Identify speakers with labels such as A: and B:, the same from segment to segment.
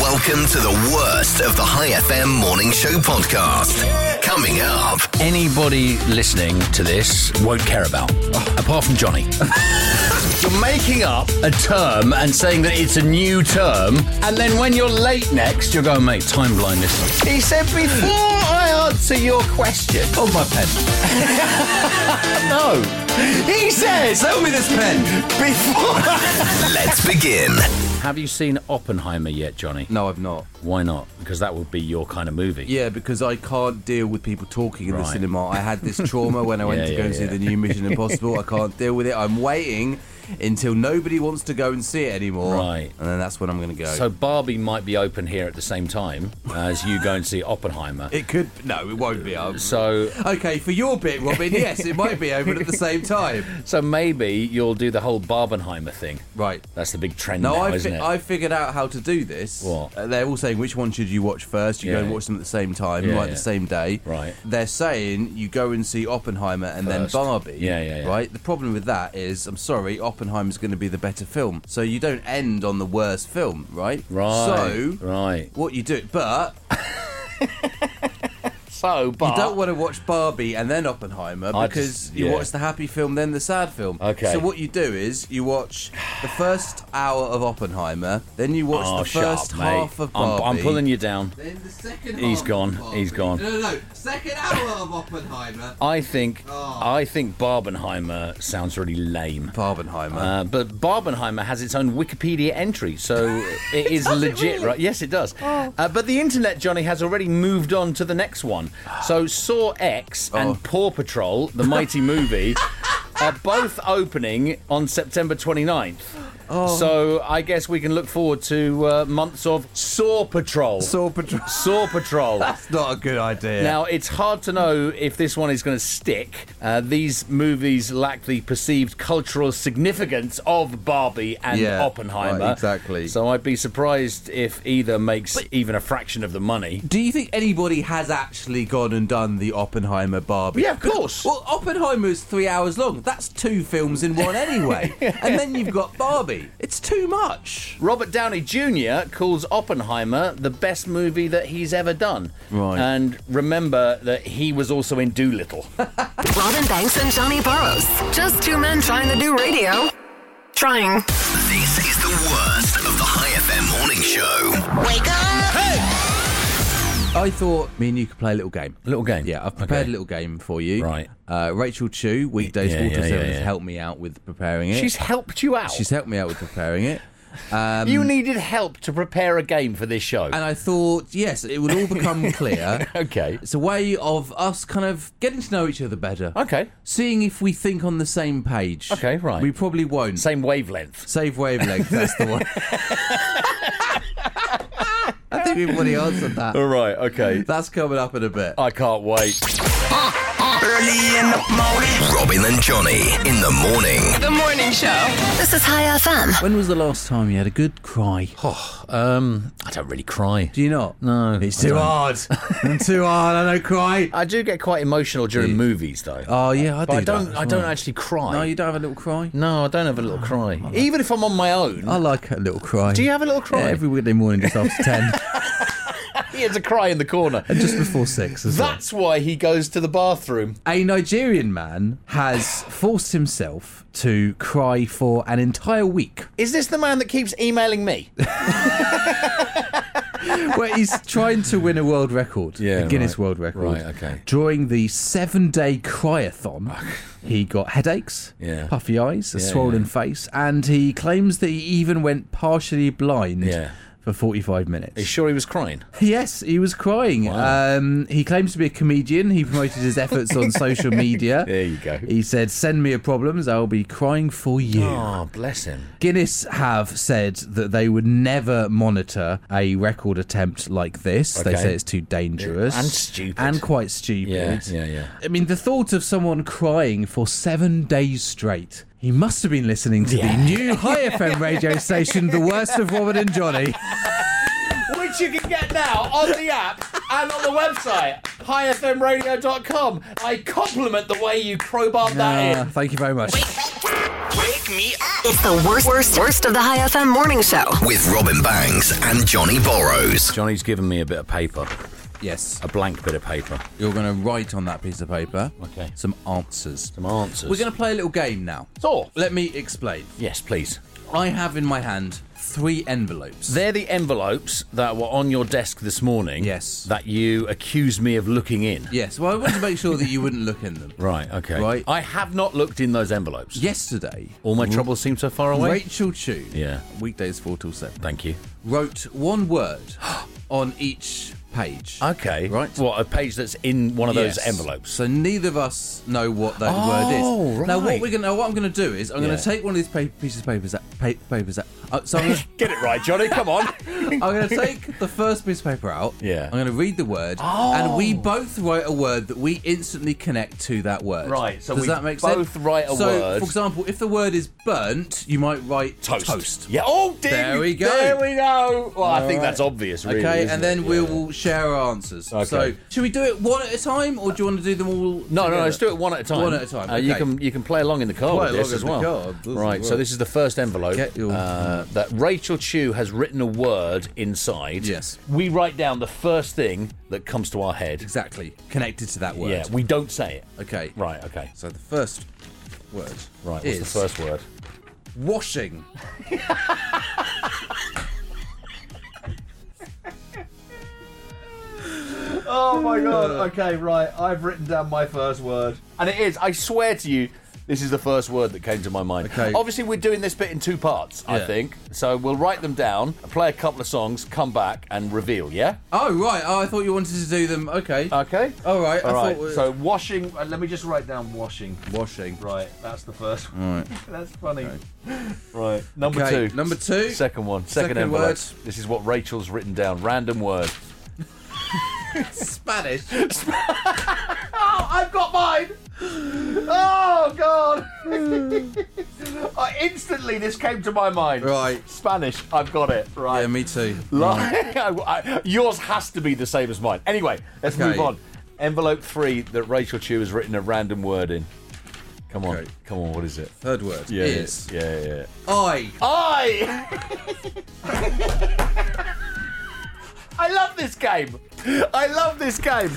A: Welcome to the worst of the High FM Morning Show podcast. Coming up,
B: Anybody listening to this won't care about, apart from Johnny. you're making up a term and saying that it's a new term, and then when you're late next, you're going, mate, time blindness. He said, before I answer your question, hold my pen. no. He says,
C: Sell me this pen.
B: before.
A: let's begin.
B: Have you seen Oppenheimer yet, Johnny?
C: No, I've not.
B: Why not? Because that would be your kind of movie.
C: Yeah, because I can't deal with people talking in the
B: Right.
C: cinema. I had this trauma when I went
B: Yeah,
C: to
B: yeah,
C: go see
B: yeah.
C: the new Mission Impossible. I can't deal with it. I'm waiting until nobody wants to go and see it anymore.
B: Right.
C: And then that's when I'm going to go.
B: So Barbie might be open here at the same time as you go and see Oppenheimer.
C: it could. No, it won't be.
B: Uh,
C: i
B: So
C: okay, for your bit, Robin, yes, it might be open at the same time.
B: So maybe you'll do the whole Barbenheimer thing.
C: Right.
B: That's the big trend
C: No,
B: now,
C: I,
B: isn't
C: fi-
B: it?
C: I figured out how to do this.
B: What?
C: Uh, they're all saying which one should you watch first. You go
B: Yeah.
C: and watch them at the same time,
B: Yeah,
C: like
B: yeah.
C: the same day.
B: Right.
C: They're saying you go and see Oppenheimer and
B: First.
C: then Barbie.
B: Yeah, yeah, yeah.
C: Right. The problem with that is, I'm sorry, Oppenheimer's going to be the better film, so you don't end on the worst film, right?
B: Right.
C: So
B: right.
C: what you do, but
B: So, but
C: you don't want to watch Barbie and then Oppenheimer
B: I
C: because
B: just-
C: you
B: yeah.
C: watch the happy film, then the sad film.
B: Okay.
C: So what you do is you watch the first hour of Oppenheimer, then you watch
B: oh,
C: the
B: shut
C: first
B: up, mate.
C: half of
B: I'm-
C: Barbie.
B: I'm, pulling you down.
C: Then the second
B: He's
C: half
B: gone.
C: of Barbie.
B: He's gone.
C: No, no, no. Second hour of Oppenheimer.
B: I think
C: Oh.
B: I think Barbenheimer sounds really lame.
C: Barbenheimer.
B: Uh, but Barbenheimer has its own Wikipedia entry, so it is legit, right? Yes, it does.
C: Oh.
B: Uh, but the internet, Johnny, has already moved on to the next one. So Saw X
C: Oh.
B: and Paw Patrol, the mighty movie, are both opening on September 29th.
C: Oh.
B: So I guess we can look forward to uh, months of Saw Patrol.
C: Saw Patrol.
B: Saw Patrol.
C: That's not a good idea.
B: Now, it's hard to know if this one is going to stick. Uh, these movies lack the perceived cultural significance of Barbie and
C: Yeah,
B: Oppenheimer.
C: right, exactly.
B: So I'd be surprised if either makes even a fraction of the money.
C: do you think anybody has actually gone and done the Oppenheimer Barbie?
B: Yeah, of course.
C: Well, Oppenheimer's three hours long. That's two films in one anyway. and then you've got Barbie. It's too much.
B: Robert Downey Jr. calls Oppenheimer the best movie that he's ever done.
C: Right.
B: And remember that he was also in Doolittle.
D: Robin Banks and Johnny Burrows. Just two men trying to do radio. Trying.
A: This is the worst of the High FM Morning Show.
D: Wake up!
C: I thought me and you could play a little game.
B: A little game?
C: Yeah, I've prepared
B: Okay.
C: a little game for you.
B: Right.
C: Uh, Rachel Chu, weekdays
B: Yeah,
C: quarter
B: yeah,
C: seven,
B: yeah,
C: has
B: yeah.
C: helped me out with preparing it.
B: She's helped you out.
C: She's helped me out with preparing it.
B: you needed help to prepare a game for this show.
C: And I thought, yes, it will all become clear.
B: okay.
C: It's a way of us kind of getting to know each other better.
B: Okay.
C: Seeing if we think on the same page.
B: Okay, right.
C: We probably won't.
B: Same wavelength.
C: Save wavelength, that's the one. I think we've already answered that.
B: All right, okay.
C: That's coming up in a bit.
B: I can't wait.
A: Early in the morning. Robin and Johnny in the morning.
D: This is High FM.
C: When was the last time you had a good cry?
B: Um, I don't really cry.
C: Do you not? No. It's too hard. I'm too hard. I don't cry.
B: I do get quite emotional during movies, though.
C: Oh, yeah, I
B: but
C: do.
B: I don't.
C: that as
B: I don't
C: well.
B: actually cry.
C: No, you don't have a little cry?
B: No, I don't have a little cry. Even if I'm on my own,
C: I like a little cry.
B: do you have a little cry?
C: Yeah, every weekday morning just after 10
B: He has a cry in the corner.
C: and just before 6 as well.
B: That's why he goes to the bathroom.
C: A Nigerian man has forced himself to cry for an entire week.
B: Is this the man that keeps emailing me?
C: Well, he's trying to win a world record,
B: Yeah,
C: a Guinness
B: right.
C: World Record.
B: Right, okay.
C: During the seven-day cryathon, he got headaches,
B: Yeah.
C: puffy eyes, a
B: Yeah,
C: swollen
B: yeah.
C: face, and he claims that he even went partially blind.
B: Yeah.
C: For 45 minutes.
B: Are you sure he was crying?
C: Yes, he was crying.
B: Wow.
C: Um, he claims to be a comedian. He promoted his efforts on social media.
B: There you go.
C: He said, Send me your problems, I'll be crying for you.
B: Oh, bless him.
C: Guinness have said that they would never monitor a record attempt like this. They
B: Okay.
C: say it's too dangerous
B: And stupid.
C: and quite stupid.
B: Yeah, yeah, yeah.
C: I mean, the thought of someone crying for seven days straight. He must have been listening to the new High FM radio station, The Worst of Robin and Johnny.
B: Which you can get now on the app and on the website, highfmradio.com. I compliment the way you crowbarred that in.
C: Ah, thank you very much.
A: Wake me up.
D: It's the worst, worst, worst of the High FM morning show.
A: With Robin Banks and Johnny Borrows.
B: Johnny's given me a bit of paper,
C: Yes.
B: a blank bit of paper.
C: You're going to write on that piece of paper
B: Okay.
C: some answers.
B: Some answers.
C: We're going to play a little game now.
B: So-
C: Let me explain.
B: Yes, please.
C: I have in my hand three envelopes.
B: They're the envelopes that were on your desk this morning.
C: Yes.
B: That you accused me of looking in.
C: yes. Well, I wanted to make sure that you wouldn't look in them.
B: Right, okay.
C: Right. Mm.
B: I have not looked in those envelopes.
C: Yesterday,
B: All my troubles seem so far away.
C: Rachel Chu,
B: Yeah.
C: weekdays 4 till 7,
B: Thank you.
C: wrote one word on each page.
B: Okay.
C: Right.
B: What, a page that's in one of those
C: Yes.
B: envelopes?
C: So neither of us know what that
B: Oh,
C: word is. Now what
B: right.
C: we're gonna, what I'm gonna do is, I'm
B: Yeah.
C: gonna take one of these pa- pieces of papers, that, pa- papers. That, uh, so I'm gonna,
B: Get it right, Johnny. Come on.
C: I'm going to take the first piece of paper out.
B: Yeah.
C: I'm going to read the word. And
B: Oh.
C: we both write a word that we instantly connect to that word.
B: Right, so
C: Does
B: we
C: that make
B: both
C: sense?
B: write a
C: so,
B: word.
C: for example, if the word is burnt, you might write
B: toast.
C: toast.
B: Yeah. Oh, ding.
C: There we go.
B: There we go. Well, I think
C: right.
B: that's obvious, really.
C: Okay,
B: isn't
C: and
B: it?
C: then we
B: Yeah.
C: will share our answers. So,
B: Okay.
C: should we do it one at a time, or do you want to do them all?
B: No, no,
C: together?
B: no, let's do it one at a time.
C: One at a time.
B: Uh, you
C: okay.
B: can you can play along in the car
C: Play
B: with this as
C: along in the
B: well.
C: car, doesn't
B: Right, so
C: work.
B: this is the first envelope
C: Get your-
B: uh, that Rachel Chew has written a word inside.
C: Yes.
B: We write down the first thing that comes to our head.
C: exactly connected to that word.
B: Yeah, we don't say it.
C: Okay.
B: Right, okay.
C: So the first word.
B: Right, what's
C: Is
B: the first word?
C: washing.
E: Oh my god.
C: Uh,
E: Okay, right. I've written down my first word.
B: And it is, I swear to you, this is the first word that came to my mind.
C: Okay.
B: Obviously, we're doing this bit in two parts, I
C: Yeah.
B: think. So we'll write them down, play a couple of songs, come back and reveal, yeah?
C: Oh right. Oh, I thought you wanted to do them. Okay.
E: Okay.
C: all right.
B: Uh, all
C: I
B: right,
C: thought we-
E: So washing. Uh, let me just write down washing.
C: washing.
E: Right. That's the first one.
C: Right.
E: That's funny. Right. Number
C: Okay,
B: two.
C: Number two.
B: Second one, second
C: Second
B: envelope.
C: word.
B: This is what Rachel's written down. Random word.
C: Spanish.
E: Oh, I've got mine. Oh god.
C: Hmm.
E: I instantly, this came to my mind.
C: Right.
E: Spanish. I've got it. Right.
C: yeah, me too.
B: Like, I- I- yours has to be the same as mine. Anyway, let's
C: Okay.
B: move on. Envelope three that Rachel Chew has written a random word in. Come on,
C: Okay.
B: come on. What is it?
C: Third word
B: Yeah,
C: is
B: yeah, yeah. yeah.
C: I.
B: I. I love this game. I love this game.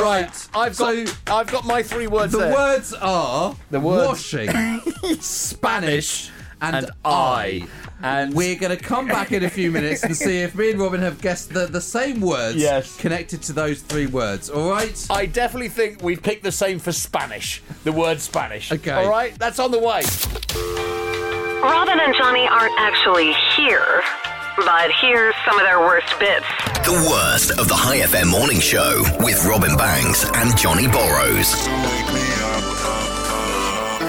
C: Right.
B: I've
C: so
B: got I've got my three words
C: the
B: there.
C: words are
B: The words-
C: washing
B: Spanish
C: and,
B: and
C: I.
B: I. And
C: We're going to come back in a few minutes and see if me and Robin have guessed the, the same words
B: Yes.
C: connected to those three words. All right.
B: I definitely think we've picked the same for Spanish. The word Spanish.
C: Okay.
B: All right, that's on the way.
D: Robin and Johnny aren't actually here, but here's some of their worst bits.
A: The worst of the High FM morning show with Robin Banks and Johnny Borrows.
F: wake me up. uh,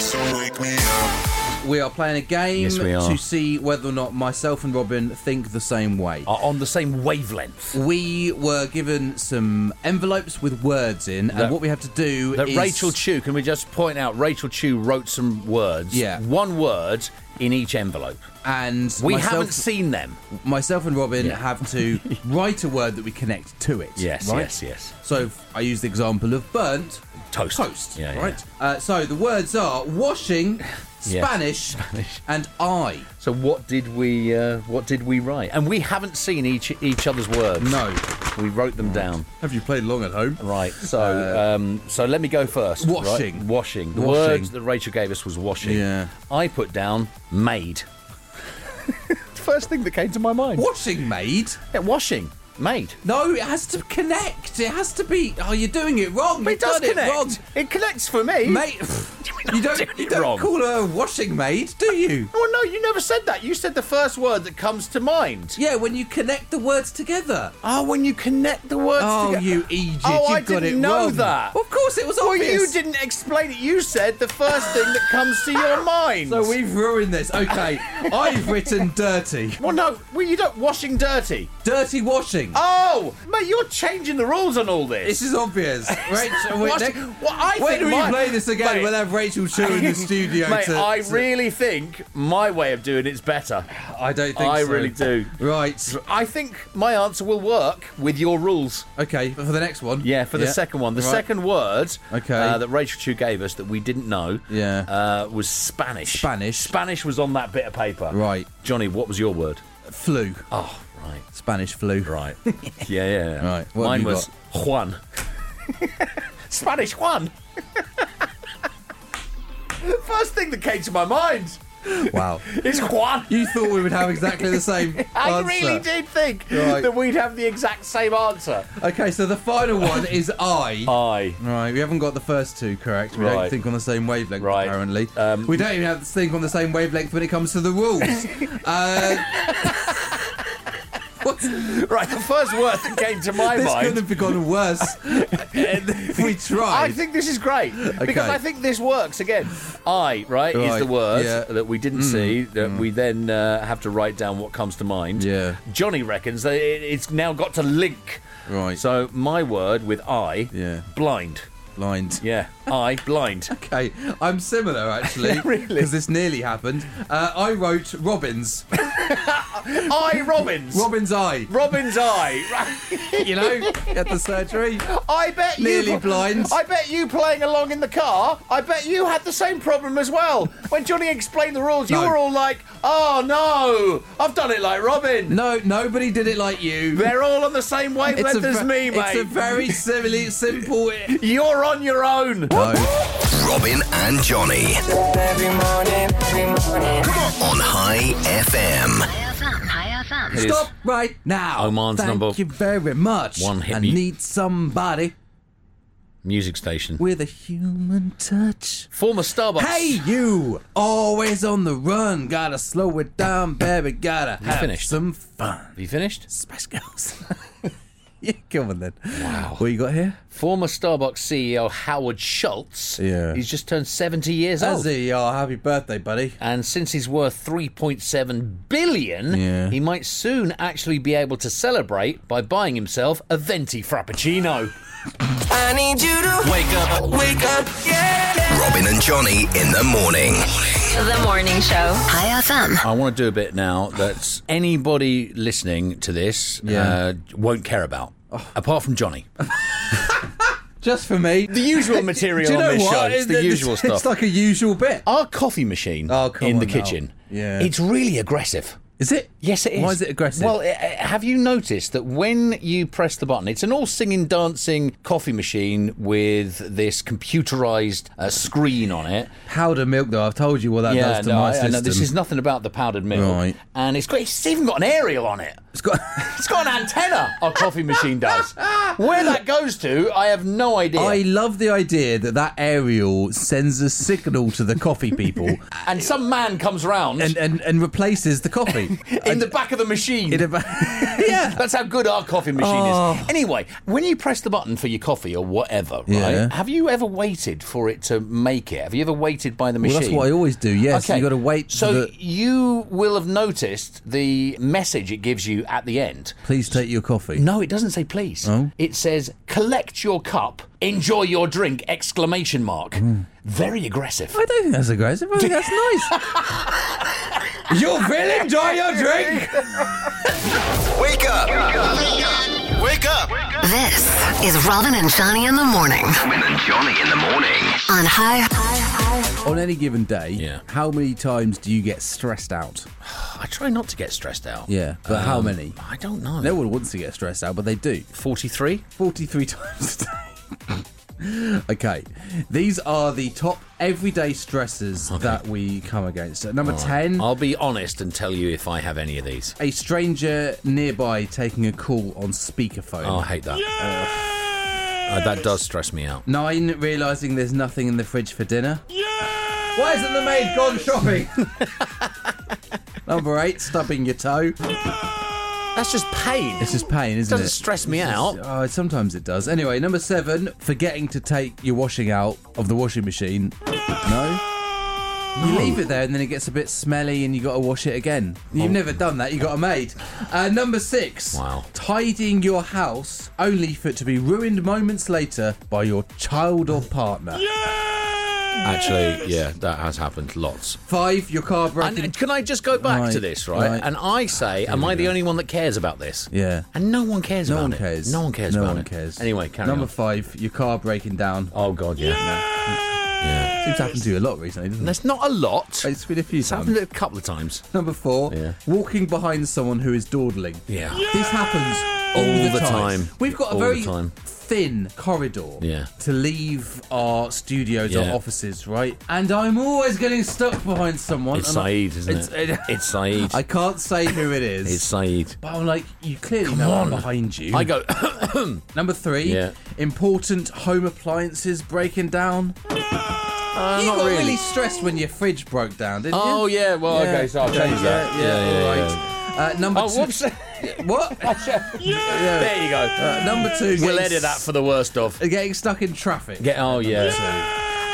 F: So wake me up.
C: We are playing a game
B: Yes, we are.
C: to see whether or not myself and Robin think the same way.
B: Are on the same wavelength.
C: We were given some envelopes with words in, and
B: That-
C: what we have to do
B: That
C: is
B: Rachel Chew, can we just point out, Rachel Chew wrote some words.
C: Yeah.
B: One word in each envelope.
C: and
B: We
C: myself,
B: haven't seen them.
C: myself and Robin
B: Yeah.
C: have to write a word that we connect to it.
B: Yes,
C: right?
B: yes, yes.
C: So if I use the example of burnt
B: Toast.
C: toast.
B: Yeah, yeah,
C: right. Uh, so the words are washing, Spanish,
B: Spanish.
C: and I.
B: So what did we uh, what did we write? And we haven't seen each each other's words.
C: No.
B: We wrote them down.
C: Have you played long at home?
B: Right. So, um, so let me go first. right?
C: Uh, Washing.
B: Washing. The
C: Washing.
B: words that Rachel gave us was washing.
C: Yeah.
B: I put down maid. first thing that came to my mind.
C: Washing maid?
B: Yeah, washing. Maid.
C: No, it has to connect. It has to be. Oh, you're doing it wrong. You've done it wrong.
B: It connects for me.
C: Mate,
B: doing
C: you don't, you
B: it
C: don't
B: wrong.
C: call her a washing maid, do you?
B: Well, no, you never said that. You said the first word that comes to mind.
C: Yeah, when you connect the words together.
B: Oh, when you connect the words
C: Oh,
B: together.
C: you Egypt,
B: Oh,
C: you've
B: I
C: got
B: didn't
C: it
B: know
C: wrong.
B: that.
C: Of course, it was
B: Well,
C: obvious.
B: you didn't explain it. You said the first thing that comes to your mind.
C: So we've ruined this. Okay, I've written dirty.
B: Well, no, well, you don't washing dirty.
C: Dirty washing.
B: Oh, mate, you're changing the rules on all this.
C: This is obvious. Rachel, wait,
B: What?
C: next-
B: Well, I
C: when
B: think
C: we
B: mine-
C: play this again,
B: Mate,
C: we'll have have Rachel Chu in the studio.
B: Mate,
C: to-
B: I
C: to-
B: really think my way of doing it's better.
C: I don't think
B: I
C: so.
B: really do.
C: Right.
B: I think my answer will work with your rules.
C: Okay. For the next one.
B: Yeah, for the second one. The
C: Right.
B: second word
C: Okay.
B: uh, that Rachel Chu gave us that we didn't know
C: Yeah.
B: uh, was Spanish.
C: Spanish.
B: Spanish was on that bit of paper.
C: Right.
B: Johnny, what was your word?
C: Flu.
B: Oh, right.
C: Spanish flu.
B: Right. yeah, yeah, yeah.
C: Right, what have
B: Mine
C: you
B: was Juan. Spanish Juan. First thing that came to my mind
C: Wow.
B: is Juan.
C: You thought we would have exactly the same
B: I
C: answer.
B: really did think
C: Right.
B: that we'd have the exact same answer.
C: Okay, so the final one is I.
B: I.
C: Right, we haven't got the first two correct. We don't
B: Right.
C: think on the same wavelength,
B: Right.
C: apparently.
B: Um,
C: we don't even have to think on the same wavelength when it comes to the rules. uh, what? This
B: Right, the first word that came to my
C: couldn't
B: mind.
C: have gone worse if we tried.
B: I think this is great because
C: Okay.
B: I think this works again. I, right, is
C: Right,
B: the word
C: yeah. Mm.
B: that we didn't see that we then uh, have to write down what comes to mind.
C: Yeah.
B: Johnny reckons that it, it's now got to link.
C: Right.
B: So my word with I,
C: Yeah.
B: blind.
C: Blind.
B: Yeah, I blind.
C: Okay, I'm similar actually.
B: Really?
C: Because this nearly happened. Uh, I wrote Robin's.
B: I Robbins.
C: Robin's eye.
B: Robbins I.
C: You know, at the surgery.
B: I bet you
C: Nearly blind.
B: I bet you playing along in the car. I bet you had the same problem as well. When Johnny explained the rules,
C: No.
B: you were all like, "Oh no, I've done it like Robin."
C: No, nobody did it like you.
B: They're all on the same wavelength as
C: ve-
B: me, mate.
C: It's a very silly, simple.
B: You're on your own.
A: Robin and Johnny
G: Every morning, every morning.
A: on High FM.
D: High FM, High FM.
C: Stop right now.
B: Oman's
C: Thank
B: number
C: you very much.
B: one hit
C: I
B: me-
C: need somebody
B: Music station.
C: with a human touch.
B: Former Starbucks.
C: Hey, you! Always on the run. Gotta slow it down, baby. Gotta have
B: finished?
C: some fun.
B: Have you finished?
C: Spice Girls. yeah, come on then. Wow. What you got here?
B: Former Starbucks CEO Howard Schultz.
C: Yeah.
B: He's just turned 70 years old.
C: Azzy, oh, happy birthday, buddy.
B: and since he's worth 3.7 billion
C: Yeah.
B: he might soon actually be able to celebrate by buying himself a venti frappuccino
G: I need you to wake up, wake up, yeah.
A: Robin and Johnny in the morning.
D: The morning show. High FM.
H: I want to do a bit now that anybody listening to this uh,
C: Yeah.
H: won't care about,
B: Oh.
H: apart from Johnny.
C: Just for me.
B: the usual material
C: Do you
B: on
C: know
B: this show
C: what?
B: it's the usual
C: it's
B: stuff
C: like a usual bit.
B: our coffee machine
C: Oh, come
B: in the
C: on now.
B: kitchen
C: Yeah.
B: it's really aggressive
C: Is it?
B: Yes, it is.
C: Why is it aggressive?
B: Well, uh, uh, have you noticed that when you press the button, it's an all singing, dancing coffee machine with this computerized uh, screen on it.
C: powder milk, though. I've told you what that does to my
B: I, I
C: system.
B: know this is nothing about the powdered milk.
C: Right.
B: And it's got it's even got an aerial on it.
C: It's got-
B: It's got an antenna, our coffee machine does. Where that goes to, I have no idea.
C: I love the idea that that aerial sends a signal to the coffee people
B: and some man comes round
C: and, and, and replaces the coffee.
B: in the back of the machine.
C: In a ba- yeah.
B: That's how good our coffee machine
C: Oh.
B: is. Anyway, when you press the button for your coffee or whatever, right?
C: Yeah.
B: Have you ever waited for it to make it? Have you ever waited by the
C: Well,
B: machine?
C: that's what I always do. Yes, you got to wait. for
B: So
C: the-
B: you will have noticed the message it gives you at the end.
C: please take your coffee.
B: No, it doesn't say please. It says collect your cup, enjoy your drink! Exclamation mark.
C: Hmm.
B: Very aggressive.
C: I don't think that's aggressive. I think that's nice. You'll really enjoy your drink.
A: Wake up! Wake up!
D: This is Robin and Johnny in the morning
A: Robin and Johnny in the morning.
D: on High.
C: On any given day,
B: Yeah.
C: how many times do you get stressed out?
B: I try not to get stressed out. Um,
C: Yeah, but how many?
B: I don't know.
C: No one wants to get stressed out, but they do.
B: 43?
C: 43 times a day. okay, these are the top everyday stresses that we come against. At number 10,
B: I'll be honest and tell you if I have any of these.
C: a stranger nearby taking a call on speakerphone.
B: Oh, I hate that. Uh, that does stress me out.
C: Nine, realizing there's nothing in the fridge for dinner. Why isn't the maid gone shopping? Number eight, stubbing your toe.
B: That's just pain.
C: It's just pain, isn't
B: doesn't
C: it?
B: stress me out.
C: Oh, sometimes it does. Anyway, number seven, forgetting to take your washing out of the washing machine. No? You leave it there and then it gets a bit smelly and you got to wash it again. You've never done that, you got a maid. Uh, number six,
B: Oh. Wow.
C: tidying your house only for it to be ruined moments later by your child or partner.
I: Actually, yeah, that has happened lots.
C: Five, your car broken.
B: And can I just go back
C: Right,
B: to this, right?
C: right.
B: And I say, am I the only one that cares about this?
C: Yeah.
B: And no one cares
C: no
B: about
C: one
B: it.
C: cares.
B: No one cares
C: No
B: about
C: one
B: it.
C: cares.
B: Anyway, carry
C: Number
B: on.
C: five, your car breaking down.
B: oh, God, yeah. Yeah.
C: Seems to happen to you a lot recently, doesn't it?
B: That's not a lot.
C: It's been a few
B: It's happened
C: times.
B: a couple of times.
C: Number four,
B: Yeah.
C: walking behind someone who is dawdling.
B: Yeah.
C: This happens all,
B: All the time.
C: We've got a
B: All the
C: very
B: time.
C: thin corridor
B: Yeah.
C: to leave our studios
B: Yeah.
C: or offices, right? And I'm always getting stuck behind someone.
B: It's
C: and I-
B: Saeed, isn't
C: it's- uh,
B: it? It's Saeed.
C: I can't say who it is.
B: It's Saeed.
C: but I'm like, you clearly know I'm behind you.
B: I go,
C: Number three,
B: Yeah.
C: important home appliances breaking down. you
B: Uh, not
C: got
B: really.
C: really. stressed when your fridge broke down, didn't
B: oh,
C: you?
B: yeah, well, okay, so I'll change
C: yeah,
B: that.
C: Yeah,
B: yeah,
C: all
B: yeah,
C: right. Uh, number
B: Oh,
C: two-
B: whoops.
C: What?
B: There you go.
C: Uh, number two.
B: we'll
C: getting
B: edit that for the worst of.
C: s- Getting stuck in traffic.
B: Get, oh, yeah.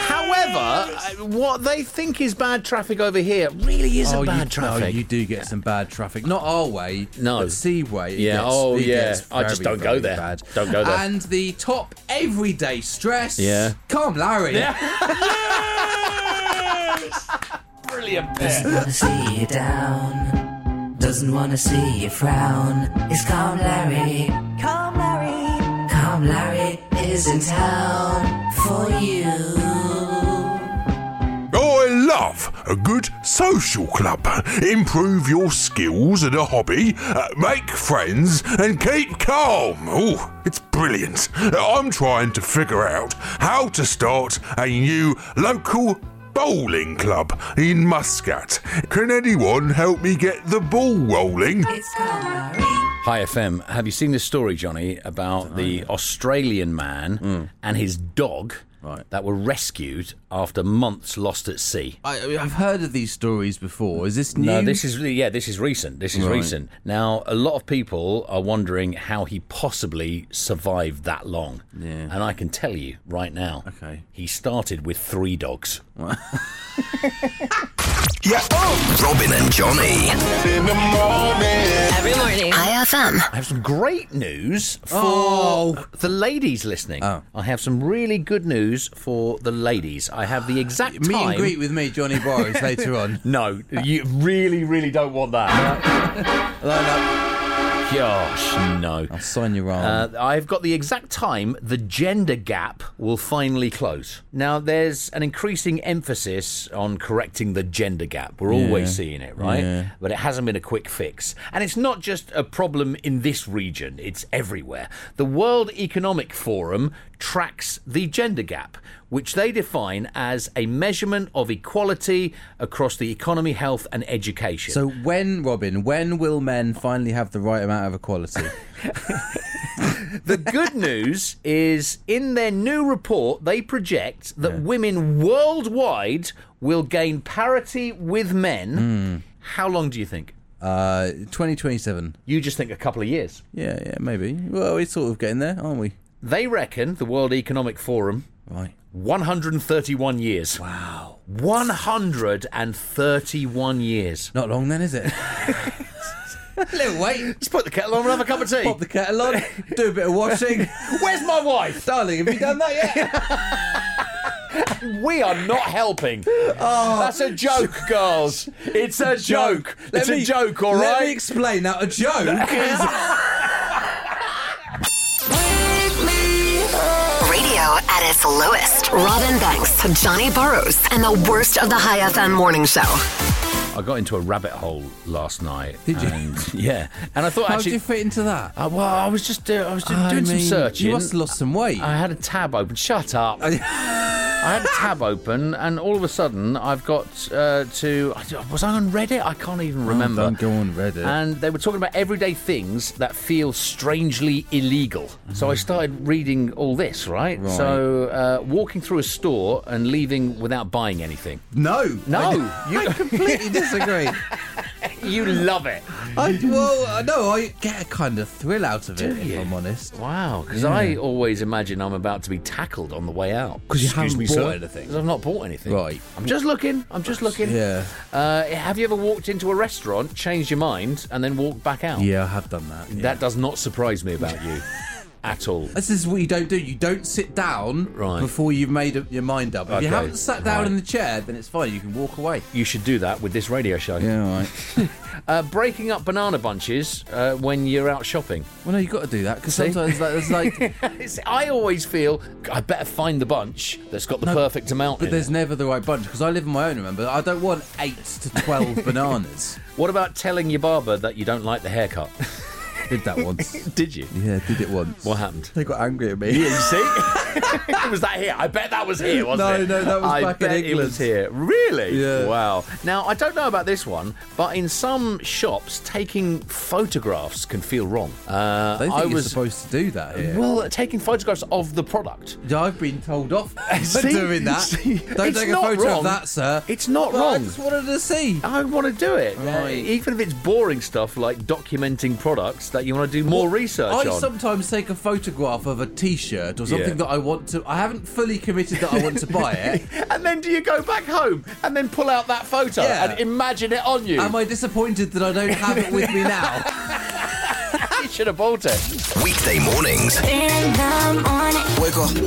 B: However, uh, what they think is bad traffic over here really isn't
C: Oh,
B: bad
C: you,
B: traffic.
C: oh, you do get some bad traffic. Not our way.
B: No.
C: But Seaway. it
B: Yeah,
C: gets-
B: oh,
C: it
B: yeah.
C: gets
B: I just
C: very,
B: don't go
C: very
B: there.
C: bad.
B: Don't go there.
C: And the top everyday stress.
B: Yeah.
C: Come, Larry.
J: Doesn't wanna see you down. Doesn't wanna see you frown. It's Calm Larry. Calm Larry. Calm Larry is in town for you.
K: I love a good social club. Improve your skills at a hobby, uh, make friends, and keep calm. Oh, it's brilliant. I'm trying to figure out how to start a new local bowling club in Muscat. Can anyone help me get the ball rolling?
B: Hi FM. Have you seen this story, Johnny, about the Australian man and his dog that were rescued after months lost at sea?
C: I, I've heard of these stories before. Is this new?
B: No, this is really- yeah, this is recent. This is recent. Now, a lot of people are wondering how he possibly survived that long. Yeah. And I can tell you right now.
C: Okay.
B: He started with three dogs.
A: Robin and Johnny.
J: Every morning.
D: High FM.
B: I have some great news for
C: Oh.
B: the ladies listening. I have some really good news for the ladies. I have the exact
C: Meet
B: time.
C: and greet with me, Johnny Borrows, later on.
B: No, you really, really don't want that. Gosh, no.
C: I'll sign your arm.
B: Uh, I've got the exact time the gender gap will finally close. Now, there's an increasing emphasis on correcting the gender gap. We're always seeing it, right? But it hasn't been a quick fix. And it's not just a problem in this region, it's everywhere. The World Economic Forum tracks the gender gap, which they define as a measurement of equality across the economy, health, and education.
C: so when, Robin, when will men finally have the right amount of equality?
B: The good news is in their new report, they project that women worldwide will gain parity with men. How long do you think?
C: Uh, 2027.
B: You just think a couple of years.
C: Yeah, yeah, maybe. Well, we're sort of getting there, aren't we?
B: They reckon, the World Economic Forum,
C: Right.
B: 131 years. Wow. 131 years.
C: Not long then, is it? Little wait.
B: Let's put the kettle on and have a cup of tea.
C: Pop the kettle on. Do a bit of washing.
B: Where's my wife?
C: Darling, have you done that yet?
B: We are not helping. That's a joke, girls. It's a joke.
C: Let
B: it's
C: me-
B: a joke, all right?
C: Let me explain. Now, a joke is
D: Radio at its lowest. Robin Banks, Johnny Burrows, and the worst of the High FM morning show.
B: I got into a rabbit hole last night.
C: Did you?
B: And, yeah, and I thought
C: How
B: actually,
C: do you fit into that?
B: uh, well, I was just uh, I was just
C: I
B: doing some
C: mean,
B: searching.
C: You must have lost some weight.
B: I had a tab open. Shut up. I had a tab open, and all of a sudden, I've got uh, to. I- Was I on Reddit? I can't even remember.
C: Oh, don't go on Reddit.
B: And they were talking about everyday things that feel strangely illegal. So I started reading all this, right?
C: Right.
B: So uh, walking through a store and leaving without buying anything.
C: no,
B: No,
C: I,
B: you-
C: I completely disagree.
B: You love it.
C: I, well, uh, no, I get a kind of thrill out of it, if
B: you?
C: I'm honest.
B: Wow, because
C: Yeah.
B: I always imagine I'm about to be tackled on the way out.
C: 'Cause you
B: Excuse
C: haven't
B: me,
C: bought
B: sir.
C: anything.
B: 'Cause I've not bought anything.
C: Right.
B: I'm just looking. I'm just looking.
C: Yeah.
B: Uh, have you ever walked into a restaurant, changed your mind, and then walked back out?
C: Yeah, I have done that.
B: That does not surprise me about you. at all.
C: This is what you don't do. You don't sit down
B: Right.
C: before you've made up your mind up. If you
B: Okay.
C: haven't sat down
B: Right.
C: in the chair, then it's fine. You can walk away.
B: You should do that with this radio show.
C: Yeah, all right.
B: Uh, breaking up banana bunches uh, when you're out shopping.
C: Well, no, you've got to do that because
B: See?
C: sometimes like, there's like,
B: It's- I always feel I better find the bunch that's got the perfect amount.
C: but
B: in it.
C: there's never the right bunch because I live on my own. Remember, I don't want eight to twelve bananas.
B: What about telling your barber that you don't like the haircut?
C: Did that once.
B: Did you?
C: Yeah, did it once.
B: What happened?
C: They got angry at me.
B: You see? was that here? I bet that was here, wasn't
C: No,
B: it?
C: no, that was
B: I
C: back in
B: bet It was
C: England.
B: here. Really?
C: Yeah.
B: Wow. Now, I don't know about this one, but in some shops, taking photographs can feel wrong. Uh,
C: I don't think
B: I
C: you're
B: was.
C: supposed to do that. Here.
B: well, taking photographs of the product.
C: Yeah, I've been told off for
B: See?
C: doing that.
B: See?
C: Don't
B: It's
C: take a
B: not
C: photo
B: wrong.
C: of that, sir.
B: It's not
C: But I
B: wrong.
C: just wanted to see.
B: I want to do it. Uh,
C: Right.
B: Even if it's boring stuff like documenting products that you want to do more research
C: I
B: on.
C: sometimes take a photograph of a T-shirt or something
B: Yeah.
C: that I want to. I haven't fully committed that I want to buy it.
B: and then do you go back home and then pull out that photo
C: Yeah.
B: and imagine it on you?
C: Am I disappointed that I don't have it with me now?
B: you should have bought it.
A: Weekday mornings
J: In the morning.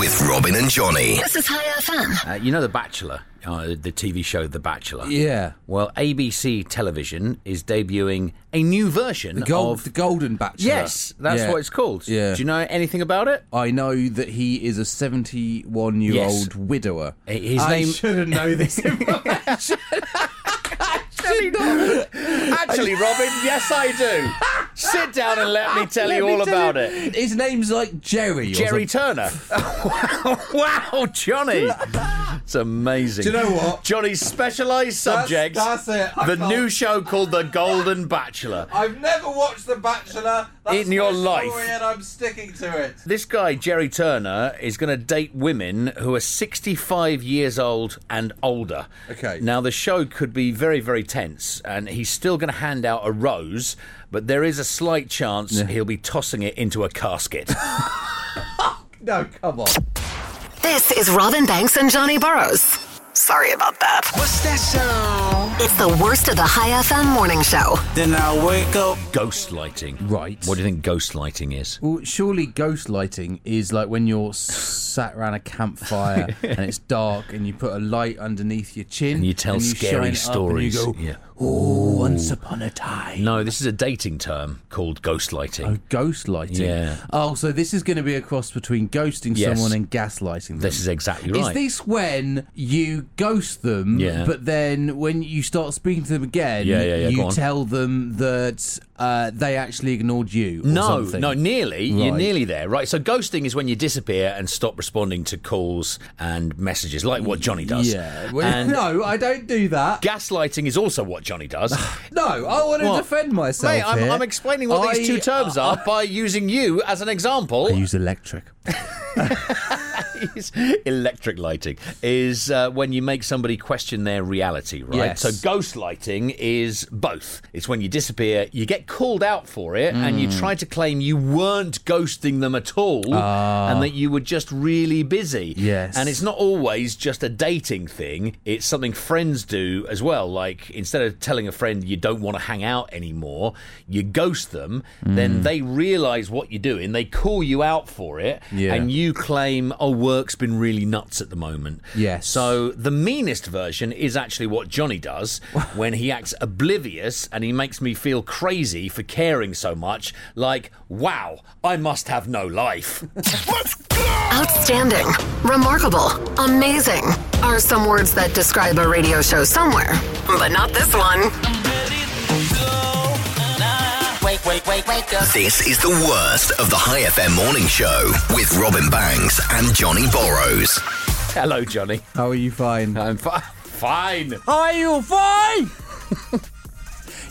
A: with Robin and Johnny.
D: This is High FM.
B: Uh, you know The Bachelor, uh, the TV show The Bachelor.
C: Yeah.
B: Well, ABC Television is debuting a new version
C: Gold,
B: of.
C: the Golden Bachelor.
B: yes, that's
C: Yeah.
B: what it's called.
C: Yeah.
B: Do you know anything about it?
C: I know that he is a 71-year-old
B: Yes.
C: widower.
B: H- his
C: I
B: name-
C: shouldn't know this.
B: Actually, not. Actually, Robin, yes, I do. Sit down and let me tell
C: Let
B: you
C: me
B: all
C: tell
B: about
C: you.
B: it.
C: His name's like Jerry. or
B: Jerry
C: something.
B: Turner. wow, Johnny. It's amazing.
C: Do you know what?
B: Johnny's specialised
C: That's-
B: subject.
C: that's it. I
B: The
C: can't-
B: new show called The Golden Bachelor.
C: I've never watched The Bachelor.
B: In your life.
C: I'm sticking to it.
B: This guy, Jerry Turner, is going to date women who are 65 years old and older.
C: Okay.
B: Now, the show could be very, very tense, and he's still going to hand out a rose, but there is a slight chance he'll be tossing it into a casket.
C: No, come on.
D: This is Robin Banks and Johnny Burrows. Sorry about that.
G: What's that sound?
D: It's the worst of the High FM morning show.
G: Then I wake up.
B: ghost lighting.
C: Right.
B: What do you think ghost lighting is?
C: Well, surely ghost lighting is like when you're sat around a campfire and it's dark and you put a light underneath your chin
B: And you tell scary
C: shine it
B: stories.
C: Up and you
B: Yeah.
C: go, oh, once upon a time.
B: No, this is a dating term called ghost lighting.
C: Oh, ghost lighting.
B: Yeah.
C: Oh, so this is going to be a cross between ghosting
B: Yes.
C: someone and gaslighting them.
B: This is exactly
C: Is
B: right.
C: this when you ghost them,
B: Yeah.
C: but then when you start speaking to them again,
B: Yeah, yeah, yeah, go
C: you
B: on.
C: tell them that uh, they actually ignored you? Or
B: no,
C: something?
B: no, nearly. You're
C: Right.
B: nearly there, right? So ghosting is when you disappear and stop responding to calls and messages, like what Johnny does.
C: Yeah. Well,
B: and
C: no, I don't do that.
B: gaslighting is also what Johnny does.
C: No, I want to
B: What?
C: defend myself.
B: Mate, I'm,
C: here.
B: I'm explaining what these
C: I-
B: two terms are by using you as an example.
C: I use electric.
B: is electric lighting is uh, when you make somebody question their reality, right?
C: Yes.
B: So ghost lighting is both. It's when you disappear, you get called out for it, and
C: Mm.
B: you try to claim you weren't ghosting them at all, and that you were just really busy.
C: Ah. Yes.
B: and it's not always just a dating thing. It's something friends do as well. Like instead of telling a friend you don't want to hang out anymore, you ghost them.
C: Mm.
B: Then they realise what you're doing. They call you out for it,
C: Yeah.
B: and you claim, oh, work's been really nuts at the moment.
C: Yes.
B: So the meanest version is actually what Johnny does when he acts oblivious and he makes me feel crazy for caring so much. Like, wow, I must have no life.
D: Outstanding, remarkable, amazing are some words that describe a radio show somewhere, but not this one.
G: Wake, wake, wake, wake up.
A: This is the worst of the High FM morning show with Robin Banks and Johnny Borrows.
B: Hello, Johnny.
C: How are you fine?
B: I'm fi- fine.
C: Are you fine?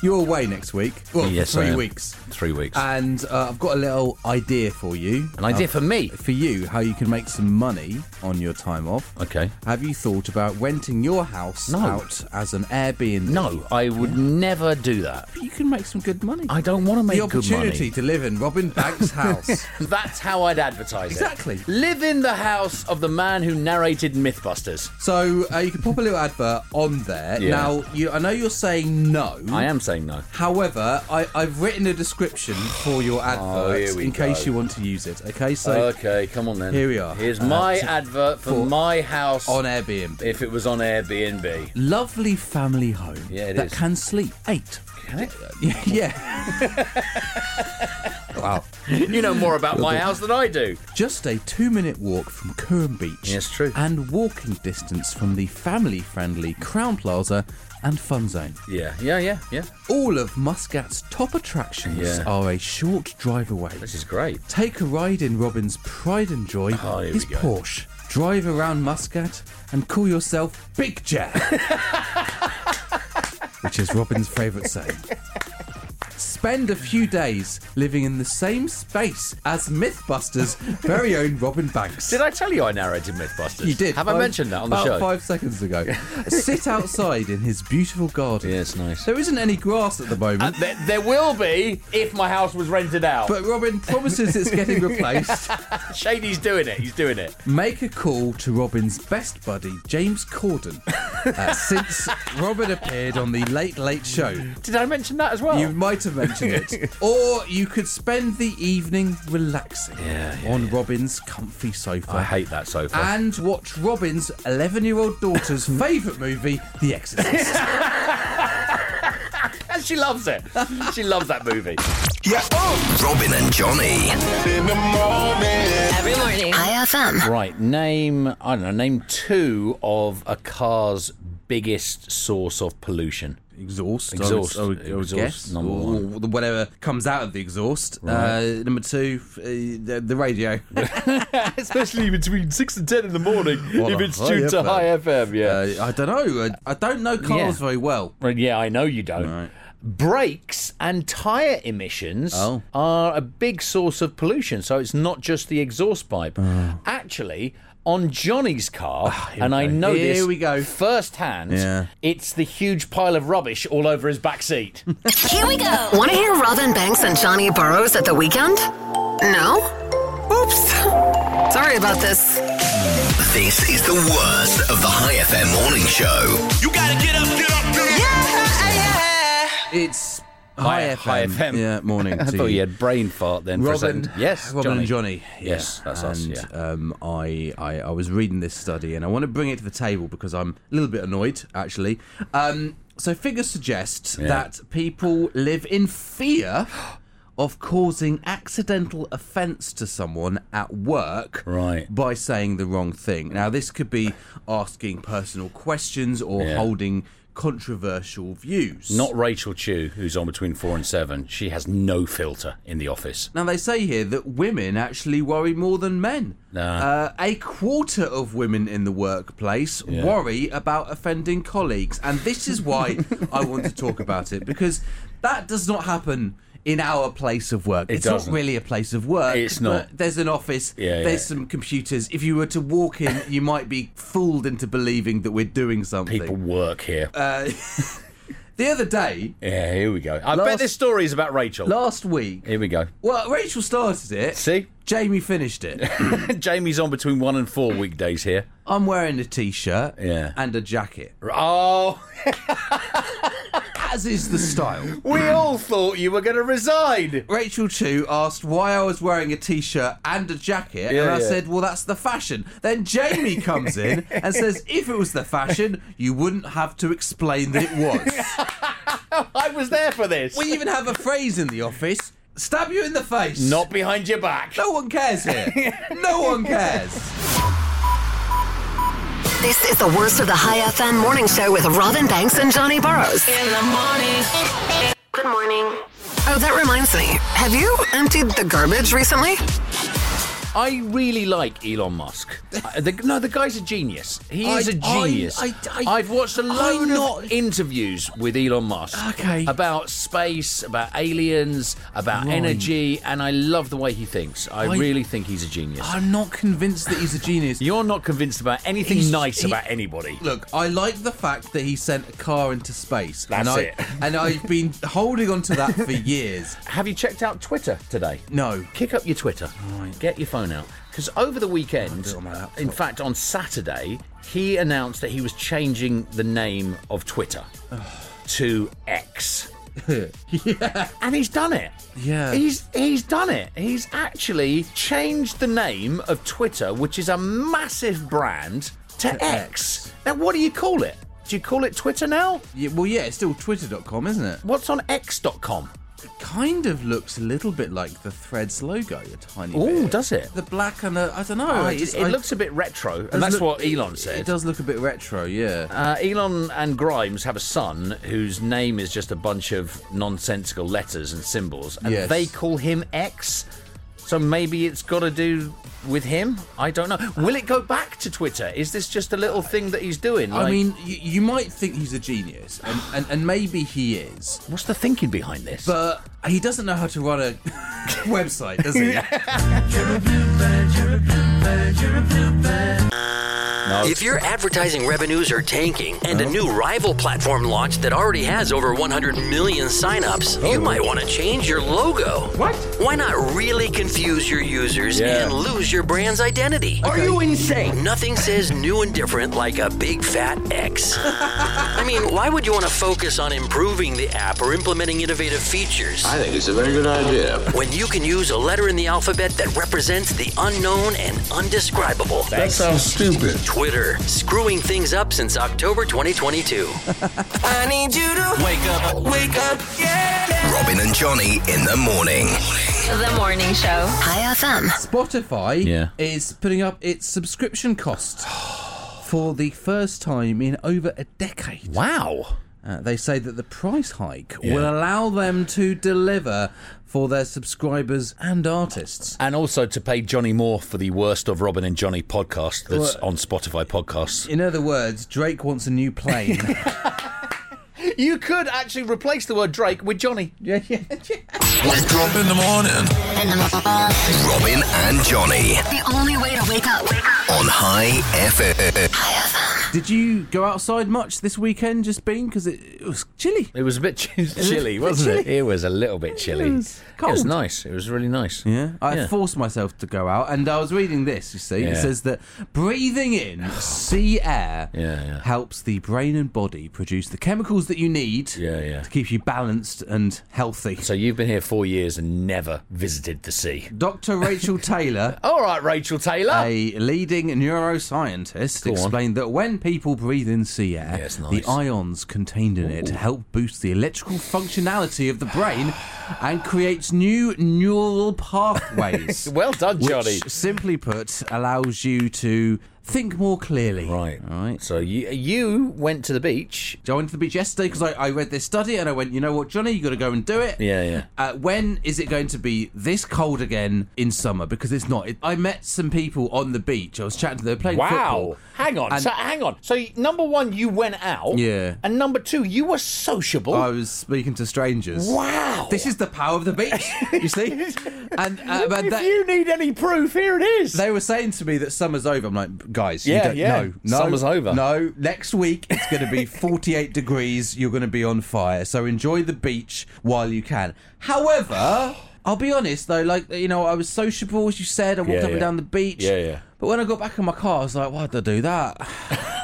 C: You're away next week. Well, for
B: Yes, I
C: three
B: am.
C: weeks.
B: Three weeks.
C: And uh, oh. I've got a little idea for you.
B: An idea for me.
C: For you, how you can make some money on your time off.
B: Okay.
C: Have you thought about renting your house
B: No.
C: out as an Airbnb?
B: No, I would never do that.
C: You can make some good money.
B: I don't want to make
C: the
B: good
C: opportunity
B: money.
C: to live in Robin Banks' house.
B: That's how I'd advertise it.
C: Exactly.
B: Live in the house of the man who narrated Mythbusters.
C: So uh, you can pop a little advert on there.
B: Yeah.
C: Now, you, I know you're saying no.
B: I am saying saying no.
C: However, I, I've written a description for your advert
B: Oh, here we
C: in case
B: go.
C: you want to use it. Okay, so
B: okay, come on then.
C: here we are.
B: Here's
C: Uh,
B: my
C: so-
B: advert for,
C: for-
B: my house
C: on Airbnb.
B: if it was on Airbnb.
C: Lovely family home
B: Yeah, it
C: that
B: is.
C: can sleep eight.
B: Can it?
C: yeah,
B: You know more about my house than I do.
C: just a two-minute walk from Curran Beach.
B: Yes, true.
C: And walking distance from the family-friendly Crown Plaza and Fun Zone.
B: Yeah, yeah, yeah, yeah.
C: All of Muscat's top attractions
B: Yeah.
C: are a short drive away.
B: This is great.
C: Take a ride in Robin's pride and joy,
B: Oh, here we
C: his
B: go.
C: Porsche. Drive around Muscat and call yourself Big Jack, which is Robin's favourite saying. Spend a few days living in the same space as Mythbusters' very own Robin Banks.
B: Did I tell you I narrated Mythbusters?
C: You did.
B: Have I
C: five-
B: mentioned that on the
C: about
B: show?
C: five seconds ago. Sit outside in his beautiful garden.
B: Yeah, it's nice.
C: There isn't any grass at the moment.
B: Uh, there, there will be if my house was rented out.
C: but Robin promises it's getting replaced.
B: Shady's doing it. He's doing it.
C: Make a call to Robin's best buddy, James Corden, uh, since Robin appeared on The Late Late Show.
B: Did I mention that as well?
C: You might have mentioned it. Or you could spend the evening relaxing on Robin's comfy sofa.
B: I hate that sofa.
C: and watch Robin's 11 year old daughter's favourite movie, The Exorcist.
B: And she loves it. she loves that movie.
A: Robin and Johnny.
G: Every morning.
D: High FM.
B: Right, name I don't know, name two of a car's biggest source of pollution.
C: exhaust. I would-
B: Exhaust.
C: I would, I would
B: Exhaust,
C: guess.
B: number
C: or Whatever comes out of the exhaust. Uh, number two, uh, the, the radio.
B: Especially between six and ten in the morning
C: What
B: if
C: a
B: it's
C: high
B: due to
C: FM.
B: high FM, yeah.
C: Uh, I don't know. I, I don't know cars
B: Yeah.
C: very well.
B: Right, yeah, I know you don't.
C: Right.
B: Brakes and tyre emissions
C: Oh.
B: are a big source of pollution, so it's not just the exhaust pipe. Actually, on Johnny's car, and I know
C: Ah. Here
B: this
C: we go.
B: firsthand,
C: Yeah.
B: it's the huge pile of rubbish all over his back seat.
D: Here we go. Want to hear Robin Banks and Johnny Burrows at the weekend? No? Oops. Sorry about this.
A: This is the worst of the High FM morning show.
G: You gotta get up, get up, get up. Yeah,
C: It's
B: Hi- Hi
C: high,
B: FM.
C: Yeah, morning.
B: I
C: to
B: thought
C: you.
B: you had brain fart then for a
C: Robin,
B: second. Yes,
C: Robin and Johnny. Yeah.
B: Yes, that's
C: and,
B: us, yeah.
C: um, I, I, I was reading this study, and I want to bring it to the table because I'm a little bit annoyed, actually. Um, so figures suggest that people live in fear of causing accidental offence to someone at work,
B: Right.
C: by saying the wrong thing. Now, this could be asking personal questions or
B: Yeah.
C: holding controversial views.
B: Not Rachel Chew, who's on between four and seven. She has no filter in the office.
C: Now they say here that women actually worry more than men. Uh, a quarter of women in the workplace worry about offending colleagues, and this is why I want to talk about it because that does not happen in our place of work. it's
B: doesn't.
C: not really a place of work.
B: It's not.
C: but there's an office.
B: Yeah,
C: there's
B: yeah.
C: some computers. If you were to walk in, you might be fooled into believing that we're doing something.
B: People work here.
C: Uh, The other day,
B: yeah, here we go. I bet
C: last-
B: this story is about Rachel.
C: last week,
B: here we go.
C: well, Rachel started it.
B: See?
C: Jamie finished it.
B: Jamie's on between one and four weekdays here.
C: I'm wearing a t-shirt
B: Yeah.
C: and a jacket,
B: Oh,
C: as is the style.
B: we all thought you were going to resign.
C: Rachel Chu asked why I was wearing a t-shirt and a jacket,
B: Yeah,
C: and I
B: yeah.
C: said, "Well, that's the fashion." Then Jamie comes in and says, "If it was the fashion, you wouldn't have to explain that it was."
B: I was there for this.
C: we even have a phrase in the office: "Stab you in the face."
B: Not behind your back.
C: No one cares here. no one cares.
D: This is the worst of the High FM morning show with Robin Banks and Johnny Burrows.
G: yeah. In the morning.
L: Good morning.
D: Oh, that reminds me. Have you emptied the garbage recently?
B: I really like Elon Musk. Uh, the, no, the guy's a genius. He is
C: I-
B: a genius.
C: I- I-
B: have watched a load
C: I'm
B: of
C: not-
B: interviews with Elon Musk.
C: Okay.
B: About space, about aliens, about energy, and I love the way he thinks. I, really think he's a genius.
C: I'm not convinced that he's a genius.
B: You're not convinced about anything
C: He's-
B: nice
C: he-
B: about anybody.
C: Look, I like the fact that he sent a car into space.
B: That's
C: and I,
B: it.
C: and I've been holding on to that for years.
B: Have you checked out Twitter today?
C: No.
B: Kick up your Twitter. Get your phone out. Because over the weekend,
C: on my laptop.
B: in fact, on Saturday, he announced that he was changing the name of Twitter to X. And he's done it.
C: Yeah.
B: He's he's done it. He's actually changed the name of Twitter, which is a massive brand, to,
C: To
B: X. Now what do you call it? Do you call it Twitter now?
C: Yeah, well, yeah, it's still twitter.com, isn't it?
B: What's on X.com?
C: Kind of looks a little bit like the Threads logo, a tiny
B: Oh,
C: bit.
B: does it?
C: The black and the. I don't know.
B: Oh,
C: I
B: it-
C: just-
B: it
C: I-
B: looks a bit retro,
C: does
B: and that's
C: look-
B: what Elon
C: It
B: said.
C: does look a bit retro, yeah.
B: Uh, Elon and Grimes have a son whose name is just a bunch of nonsensical letters and symbols, and
C: Yes.
B: they call him X. So maybe it's got to do with him. I don't know. Will it go back to Twitter? Is this just a little thing that he's doing?
C: I
B: Like,
C: mean, you, you might think he's a genius, and, and, and maybe he is,
B: what's the thinking behind this?
C: but he doesn't know how to run a website, does he?
M: If your advertising revenues are tanking and a new rival platform launched that already has over 100 million signups, you might want to change your logo. Oh. What? Why not really confuse your users
B: Yeah.
M: and lose your brand's identity? Are you insane? Nothing says new and different like a big fat X. I mean, why would you want to focus on improving the app or implementing innovative features?
N: I think it's a very good idea.
M: when you can use a letter in the alphabet that represents the unknown and undescribable.
N: That sounds stupid.
M: Twitter, screwing things up since October 2022.
G: I need you to wake up, wake up, yeah.
A: Robin and Johnny in the morning.
O: The morning show.
D: Hi FM.
C: Spotify
B: Yeah.
C: is putting up its subscription cost for the first time in over a decade.
B: wow.
C: Uh, they say that the price hike
B: Yeah.
C: will allow them to deliver for their subscribers and artists.
B: And also to pay Johnny Moore for the Worst of Robin and Johnny podcast that's on Spotify podcasts.
C: In other words, Drake wants a new plane.
B: You could actually replace the word Drake with Johnny.
C: yeah, yeah.
N: Wake up in the morning.
A: Robin and Johnny
D: The only way to wake up.
A: on High FM.
C: Did you go outside much this weekend, just being because it, it was chilly?
B: It was a bit chi- chilly,
C: bit
B: wasn't it?
C: chilly.
B: It was a little bit chilly.
C: It was
B: It was
C: cold.
B: nice. It was really nice.
C: Yeah, I
B: Yeah.
C: forced myself to go out, and I was reading this. You see, it
B: Yeah.
C: says that breathing in sea air
B: Yeah, yeah.
C: helps the brain and body produce the chemicals that you need
B: Yeah, yeah.
C: to keep you balanced and healthy.
B: So you've been here four years and never visited the sea.
C: Dr. Rachel Taylor,
B: All right, Rachel Taylor.
C: a leading neuroscientist,
B: Go on.
C: explained that when people breathe in sea air,
B: it's
C: the
B: nice.
C: ions contained in it help boost the electrical functionality of the brain and creates new neural pathways.
B: well done,
C: which,
B: Johnny.
C: simply put, allows you to think more clearly.
B: Right.
C: All right.
B: So you you went to the beach.
C: I went to the beach yesterday because I, I read this study and I went, you know what, Johnny, you got to go and do it.
B: Yeah, yeah.
C: Uh, when is it going to be this cold again in summer? Because it's not. It, I met some people on the beach. I was chatting to them, playing
B: Wow.
C: football.
B: Hang on.
C: And-
B: so hang on. So y- number one, you went out.
C: Yeah.
B: And number two, you were sociable.
C: I was speaking to strangers.
B: wow.
C: This is the power of the beach, you see. And uh, but
B: if
C: they,
B: you need any proof, here it is.
C: they were saying to me that summer's over. I'm like, guys,
B: Yeah,
C: you don't,
B: yeah.
C: no, no,
B: Summer's over."
C: No, next week it's going to be 48 degrees. You're going to be on fire. So enjoy the beach while you can. However, I'll be honest though, like you know, I was sociable as you said. I walked
B: Yeah,
C: up
B: yeah.
C: and down the beach.
B: Yeah, yeah.
C: But when I got back in my car, I was like, why did I do that?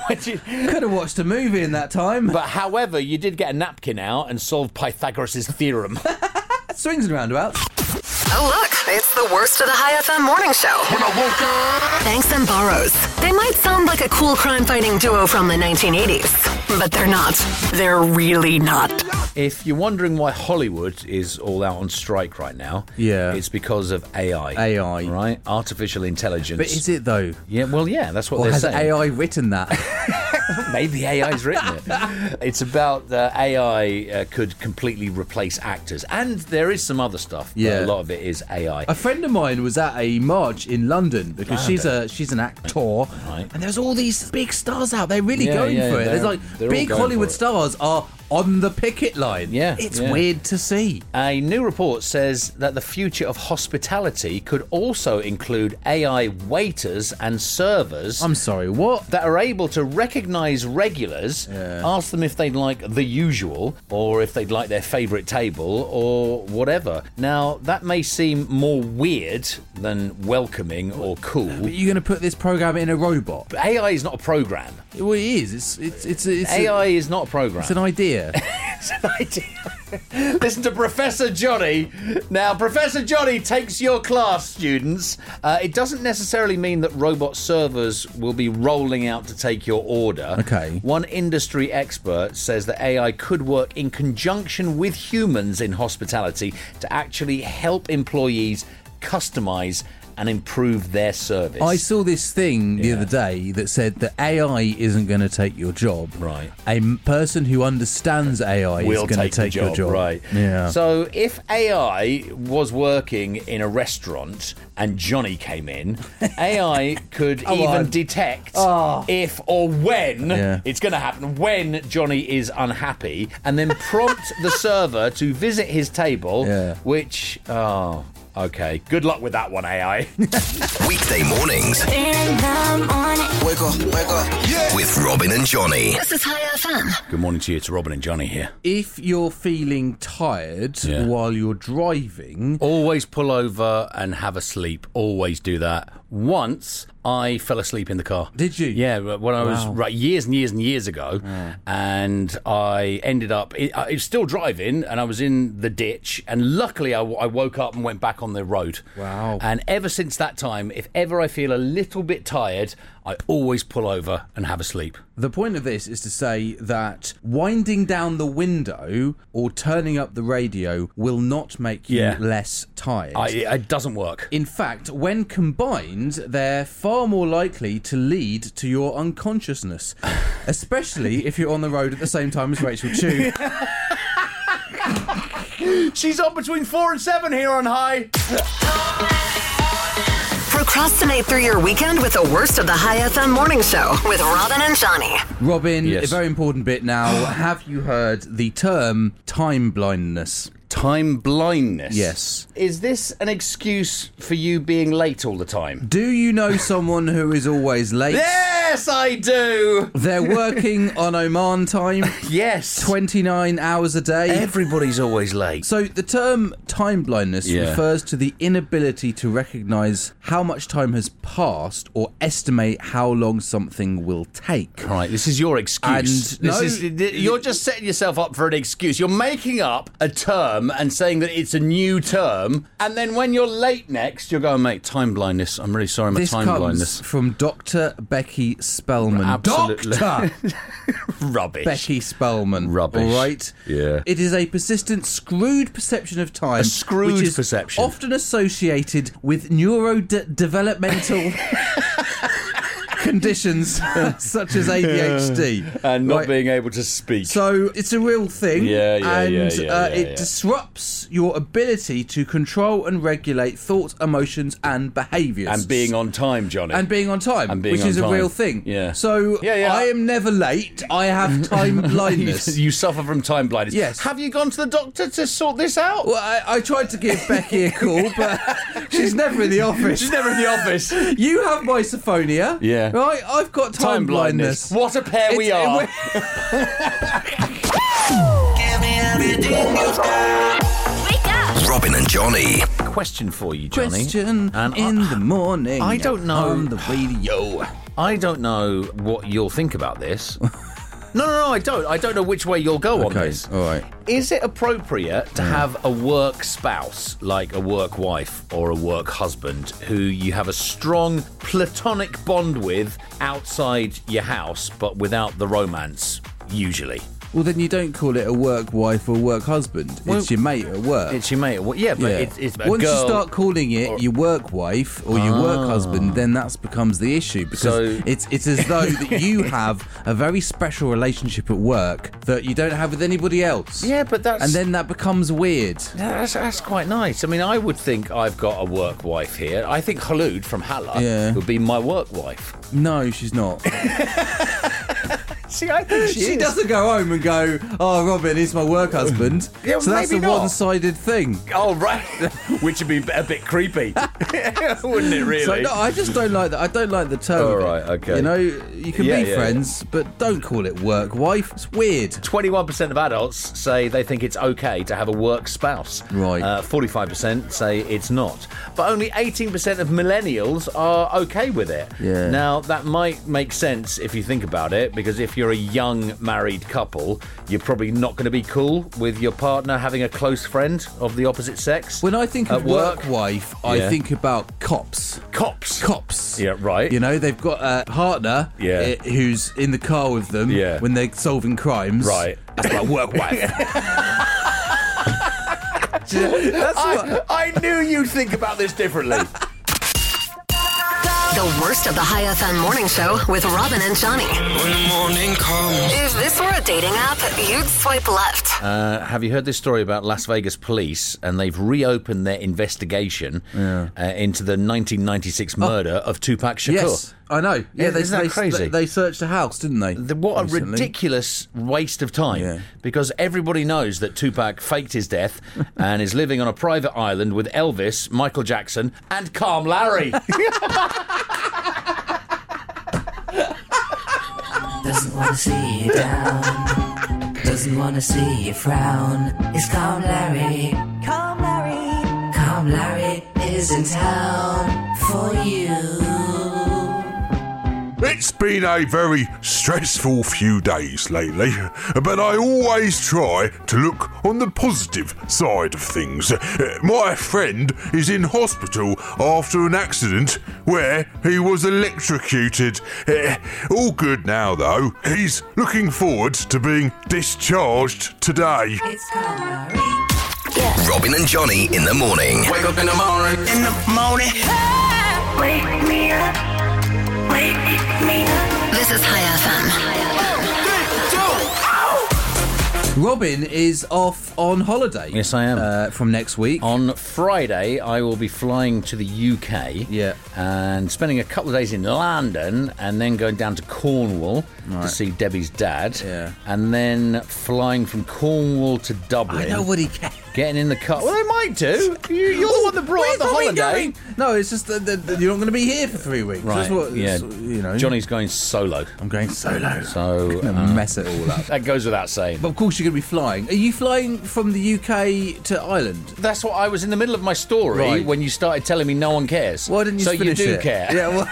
B: But you-
C: Could have watched a movie in that time.
B: but however, you did get a napkin out and solve Pythagoras' theorem.
C: Swings and roundabouts.
D: Oh, look, it's the worst of the High FM morning show. Banks and Burrows. They might sound like a cool crime fighting duo from the 1980s, but they're not. They're really not.
B: If you're wondering why Hollywood is all out on strike right now,
C: Yeah.
B: it's because of AI.
C: AI.
B: right? Artificial intelligence.
C: But is it though?
B: Yeah, well, yeah, that's what
C: Or
B: they're
C: has
B: saying.
C: AI written that?
B: Maybe AI's written it. It's about uh, AI uh, could completely replace actors, and there is some other stuff. but a
C: Yeah.
B: lot of it is AI.
C: A friend of mine was at a march in London because
B: Ah,
C: she's a she's an actor, and there's all these big stars out. They're really
B: Yeah,
C: going
B: yeah,
C: for it. There's
B: they're-
C: like
B: they're all
C: big
B: going
C: Hollywood
B: for it.
C: stars are on the picket line.
B: Yeah,
C: it's
B: yeah.
C: weird to see.
B: A new report says that the future of hospitality could also include AI waiters and servers.
C: I'm sorry, what?
B: that are able to recognize regulars, ask them if they'd like the usual or if they'd like their favorite table or whatever. Now, that may seem more weird than welcoming or cool.
C: But you're going to put this program in a robot?
B: AI is not a program.
C: Well, it is. It's it's it's, it's a-
B: AI is not a program.
C: it's an idea.
B: It's an idea. Listen to Professor Johnny. Now, Professor Johnny takes your class, students. Uh, it doesn't necessarily mean that robot servers will be rolling out to take your order.
C: Okay.
B: One industry expert says that AI could work in conjunction with humans in hospitality to actually help employees customize and improve their service.
C: I saw this thing the other day that said that AI isn't going to take your job. Right. A m- person who understands AI
B: will
C: is going to
B: take, the
C: take your job.
B: Right.
C: Yeah.
B: So if AI was working in a restaurant and Johnny came in, AI could
C: Oh,
P: Come
B: even
P: on.
B: detect
C: Ah.
P: Oh.
B: if or when
P: Yeah.
B: it's going to happen, when Johnny is unhappy, and then prompt the server to visit his table, which, oh, okay. Good luck with that one, AI.
A: Weekday mornings
D: Wake up, wake up.
A: with Robin and Johnny.
D: This is High FM.
B: Good morning to you. It's Robin and Johnny here.
C: If you're feeling tired
B: Yeah.
C: while you're driving,
B: Always pull over and have a sleep. Always do that. Once I fell asleep in the car.
C: Did you?
B: Yeah, but when I was
C: Wow.
B: right years and years and years ago, and I ended up. It, I, it's still driving, and I was in the ditch. And luckily, I, w- I woke up and went back on the road. Wow! And ever since that time, if ever I feel a little bit tired, I always pull over and have a sleep.
C: The point of this is to say that winding down the window or turning up the radio will not make you
B: Yeah.
C: less tired.
B: I, it doesn't work.
C: In fact, when combined, they're far more likely to lead to your unconsciousness, especially if you're on the road at the same time as Rachel Chu.
B: She's on between four and seven here on High.
D: Procrastinate through your weekend with the worst of the High FM morning show with Robin and Johnny.
C: Robin, a very important bit now. Have you heard the term time blindness?
B: Time blindness?
C: Yes.
B: Is this an excuse for you being late all the time?
C: Do you know someone who is always late?
B: Yes, I do.
C: They're working on Oman time.
B: yes.
C: 29 hours a day.
B: Everybody's always late.
C: So the term time blindness
B: Yeah.
C: refers to the inability to recognize how much time has passed or estimate how long something will take.
B: Right, this is your excuse. This
C: And no,
B: is- th- you're just setting yourself up for an excuse. You're making up a term and saying that it's a new term, and then when you're late next, you're going, mate, time blindness. I'm really sorry, my
C: this
B: time
C: comes
B: blindness.
C: from Dr. Becky Spellman.
B: Absolutely.
C: Doctor
B: Rubbish.
C: Becky Spellman.
B: Rubbish.
C: All right.
B: Yeah.
C: It is a persistent screwed perception of time.
B: A screwed
C: which is
B: perception.
C: Often associated with neurodevelopmental conditions such as ADHD.
B: and not
C: Right.
B: being able to speak.
C: So it's a real thing.
B: Yeah, yeah,
C: And
B: yeah, yeah, yeah,
C: uh, it
B: yeah.
C: disrupts your ability to control and regulate thoughts, emotions, and behaviours.
B: and being on time, Johnny.
C: And being on time,
B: And being
C: which
B: on
C: is
B: time.
C: a real thing.
B: Yeah.
C: So
B: Yeah, yeah.
C: I am never late. I have time blindness.
B: you suffer from time blindness.
C: Yes.
B: Have you gone to the doctor to sort this out?
C: Well, I, I tried to give Becky a call, but she's never in the office.
B: She's never in the office.
C: You have mysophonia.
B: Yeah.
C: Right? I've got
B: Time
C: time,
B: blindness. What a pair we
C: It's-
B: are.
A: Robin and Johnny.
B: Question for you, Johnny.
C: Question
B: And I-
C: in the morning.
B: I don't know.
C: On the radio.
B: I don't know what you'll think about this. no, no, no, I don't. I don't know which way you'll go on this.
C: All right.
B: Is it appropriate to have a work spouse, like a work wife or a work husband, who you have a strong platonic bond with outside your house, but without the romance, usually?
C: Well, then you don't call it a work wife or work husband.
B: Well,
C: it's your mate at work.
B: It's your mate. Well, yeah, but
C: Yeah.
B: It's, it's a
C: Once
B: girl- Ah.
C: you start calling it your work wife or your work husband, then that becomes the issue because
B: So-
C: it's it's as though that you have a very special relationship at work that you don't have with anybody else.
B: Yeah, but that's-
C: and then that becomes weird.
B: Yeah, That's, that's quite nice. I mean, I would think I've got a work wife here. I think Halud from Hala
C: Yeah.
B: would be my work wife.
C: No, she's not.
B: See, I think
C: she doesn't go home and go, "Oh, Robin, he's my work husband."
B: Yeah,
C: so that's
B: maybe
C: a
B: not.
C: one-sided thing.
B: Oh, right. Which would be a bit creepy, wouldn't it, really?
C: So, no, I just don't like that. I don't like the term.
B: All
C: of it.
B: right, okay.
C: You know, you can
B: Yeah,
C: be
B: yeah,
C: friends, but don't call it work wife. It's weird.
B: 21% of adults say they think it's okay to have a work spouse.
C: Right.
B: Uh, 45% say it's not. But only 18% of millennials are okay with it.
C: Yeah.
B: Now, that might make sense if you think about it, because if you're a young married couple, you're probably not going to be cool with your partner having a close friend of the opposite sex. When
C: I think of work wife, I think about cops.
B: Cops.
C: Cops.
B: Yeah, right.
C: You know, they've got a partner
B: Yeah.
C: i- who's in the car with them
B: Yeah.
C: when they're solving crimes.
B: Right.
C: That's my work wife. That's
B: I, I knew you'd think about this differently.
D: The worst of the High FM morning show with Robin and Johnny.
B: When the morning comes.
D: If this were a dating app, you'd swipe left.
B: Uh, have you heard this story about Las Vegas police and they've reopened their investigation uh, into the 1996 murder of Tupac Shakur?
C: Yes, I know. Yeah, they,
B: Isn't that
C: they,
B: crazy?
C: They searched a house, didn't they?
B: what a
C: recently?
B: ridiculous waste of time because everybody knows that Tupac faked his death and is living on a private island with Elvis, Michael Jackson, and Calm Larry.
J: Doesn't wanna see you down. Doesn't wanna see you frown. It's Calm Larry. Calm Larry. Calm Larry is in town for you.
K: It's been a very stressful few days lately, but I always try to look on the positive side of things. Uh, My friend is in hospital after an accident where he was electrocuted. Uh, All good now, though. He's looking forward to being discharged today.
A: Robin and Johnny in the morning.
Q: Wake up in the morning.
A: In the morning.
D: Wake me up. Wake me up. This is High FM.
C: Robin is off on holiday.
B: Yes, Oh, I am.
C: Uh, from next week.
B: On Friday, I will be flying to the UK.
C: Yeah.
B: And spending a couple of days in London and then going down to Cornwall to
C: Right.
B: see Debbie's dad.
C: Yeah.
B: And then flying from Cornwall to Dublin.
C: Nobody cares.
B: Getting in the car. Well, they might do. You, you're the one that brought up the holiday.
C: No, it's just that, that- that you're not going to be here for three weeks.
B: Right.
C: That's what,
B: yeah.
C: that's- you know.
B: Johnny's going solo.
C: I'm going solo.
B: So uh,
C: Gonna mess it all up.
B: that goes without saying.
C: But of course, you're going to be flying. Are you flying from the UK to Ireland?
B: That's what I was in the middle of my story
C: Right.
B: when you started telling me no one cares. Why
C: didn't you
B: So
C: finish
B: you do
C: it?
B: care.
C: Yeah, well,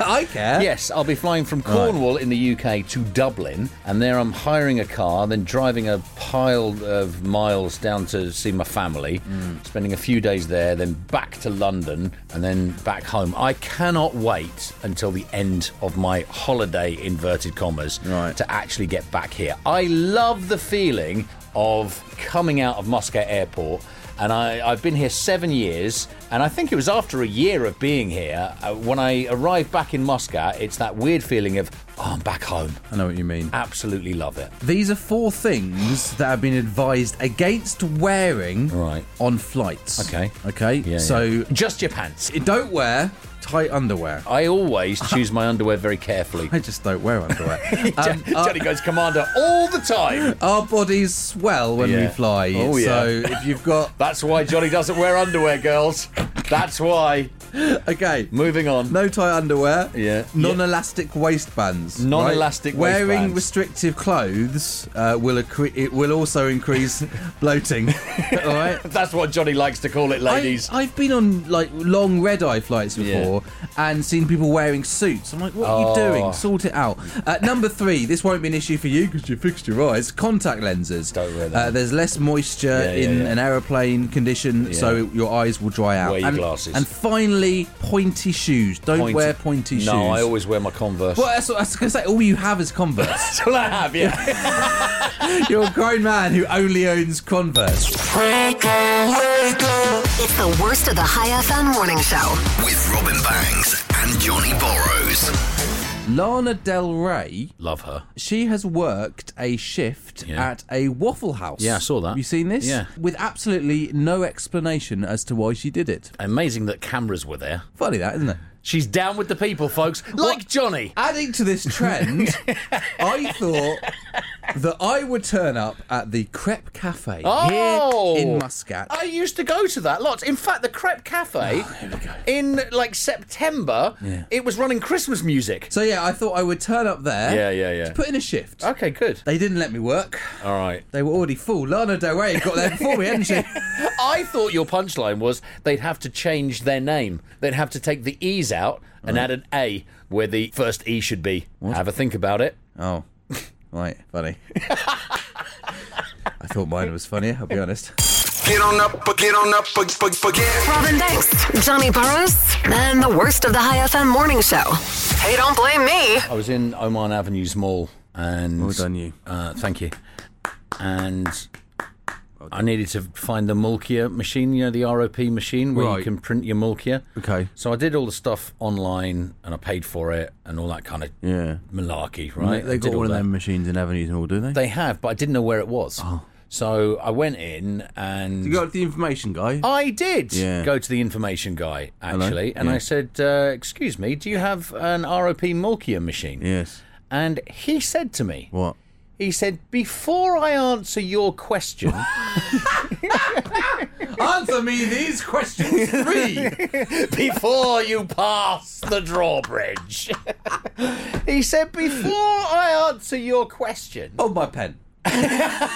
C: I care.
B: Yes, I'll be flying from Cornwall in the UK to Dublin, and there I'm hiring a car, then driving a pile of miles down to see my family,
C: Mm.
B: spending a few days there, then back to London, and then back home. I cannot wait until the end of my holiday, inverted commas, to actually get back here. I love the feeling of coming out of Moscow Airport. And I, I've been here seven years, and I think it was after a year of being here uh, when I arrived back in Moscow. It's that weird feeling of oh, I'm back home.
C: I know what you mean.
B: Absolutely love it.
C: These are four things that have been advised against wearing
B: Right.
C: on flights.
B: Okay.
C: Okay.
B: Yeah,
C: so
B: yeah. just your pants.
C: Don't wear tight underwear.
B: I always choose my underwear very carefully.
C: I Uh, just don't wear underwear.
B: Um, Johnny goes commander all the time.
C: Our bodies swell when we
B: Yeah.
C: fly.
B: Oh, yeah.
C: So if you've got.
B: That's why Johnny doesn't wear underwear, girls. That's why.
C: Okay.
B: Moving on.
C: No tight underwear.
B: Um, Yeah.
C: Non-elastic waistbands. right?
B: Non-elastic
C: Wearing
B: waistbands.
C: restrictive clothes uh, will accre- it will also increase bloating. All right.
B: That's what Johnny likes to call it, ladies.
C: I, have been on like long red eye flights before and seen people wearing suits. I'm like, what are you
B: Oh.
C: doing? Sort it out. Uh, number three, this won't be an issue for you because you fixed your eyes. Contact lenses. Don't
B: wear
C: Uh, there's less moisture
B: Yeah, yeah,
C: in
B: yeah.
C: an aeroplane condition, so your eyes will dry out.
B: Wear your
C: and,
B: glasses.
C: And finally, pointy shoes. Don't
B: Pointy-
C: wear pointy shoes.
B: No, I always wear my Converse.
C: Well, that's what I was going to say. All you have is Converse.
B: That's all I have, yeah.
C: You're a grown man who only owns Converse.
D: It's the worst of the High FM morning show.
A: With Robin Bangs and Johnny Borrows.
C: Lana Del Rey
B: Love her.
C: She has worked a shift
B: Yeah.
C: at a Waffle House.
B: Yeah, I saw that.
C: You seen this?
B: Yeah.
C: With absolutely no explanation as to why she did it.
B: Amazing that cameras were there.
C: Funny that, isn't it?
B: She's down with the people, folks, like Johnny.
C: Adding to this trend, I thought that I would turn up at the Crepe Cafe
B: Oh!
C: here in Muscat.
B: I used to go to that lots. In fact, the Crepe Cafe in like September, it was running Christmas music.
C: So yeah, I thought I would turn up there.
B: Yeah, yeah, yeah.
C: To put in a shift.
B: Okay, good.
C: They didn't let me work.
B: All right.
C: They were already full. Lana Del Rey got there before me, hadn't she?
B: I thought your punchline was they'd have to change their name. They'd have to take the E's out and add an A where the first E should be. Have a think about it.
C: Oh. Right, funny. I thought mine was funny. I'll be honest.
R: Get on up, but get on up, but, but, but get.
D: Robin Banks, Johnny Burrows, and the worst of the High FM morning show. Hey, don't blame me.
B: I was in Oman Avenue's mall, and well
C: done, you.
B: Uh, thank you. And I needed to find the Mulkia machine, you know, the ROP machine where
C: Right.
B: you can print your Mulkia.
C: Okay.
B: So I did all the stuff online, and I paid for it, and all that kind of
C: Yeah.
B: malarkey, right? I
C: They,
B: did
C: have got
B: all
C: one of
B: that.
C: them machines in avenues and all, do they?
B: They have, but I didn't know where it was. So I went in and.
C: You got the information guy.
B: I did
C: Yeah.
B: go to the information guy actually, and
C: Yeah.
B: I said, uh, "Excuse me, do you have an ROP Mulkia machine?"
C: Yes.
B: And he said to me,
C: What?
B: He said, "Before I answer your question,
C: Answer me these questions three
B: before you pass the drawbridge." he said, "Before I answer your question,
C: Hold my pen.
B: Oh,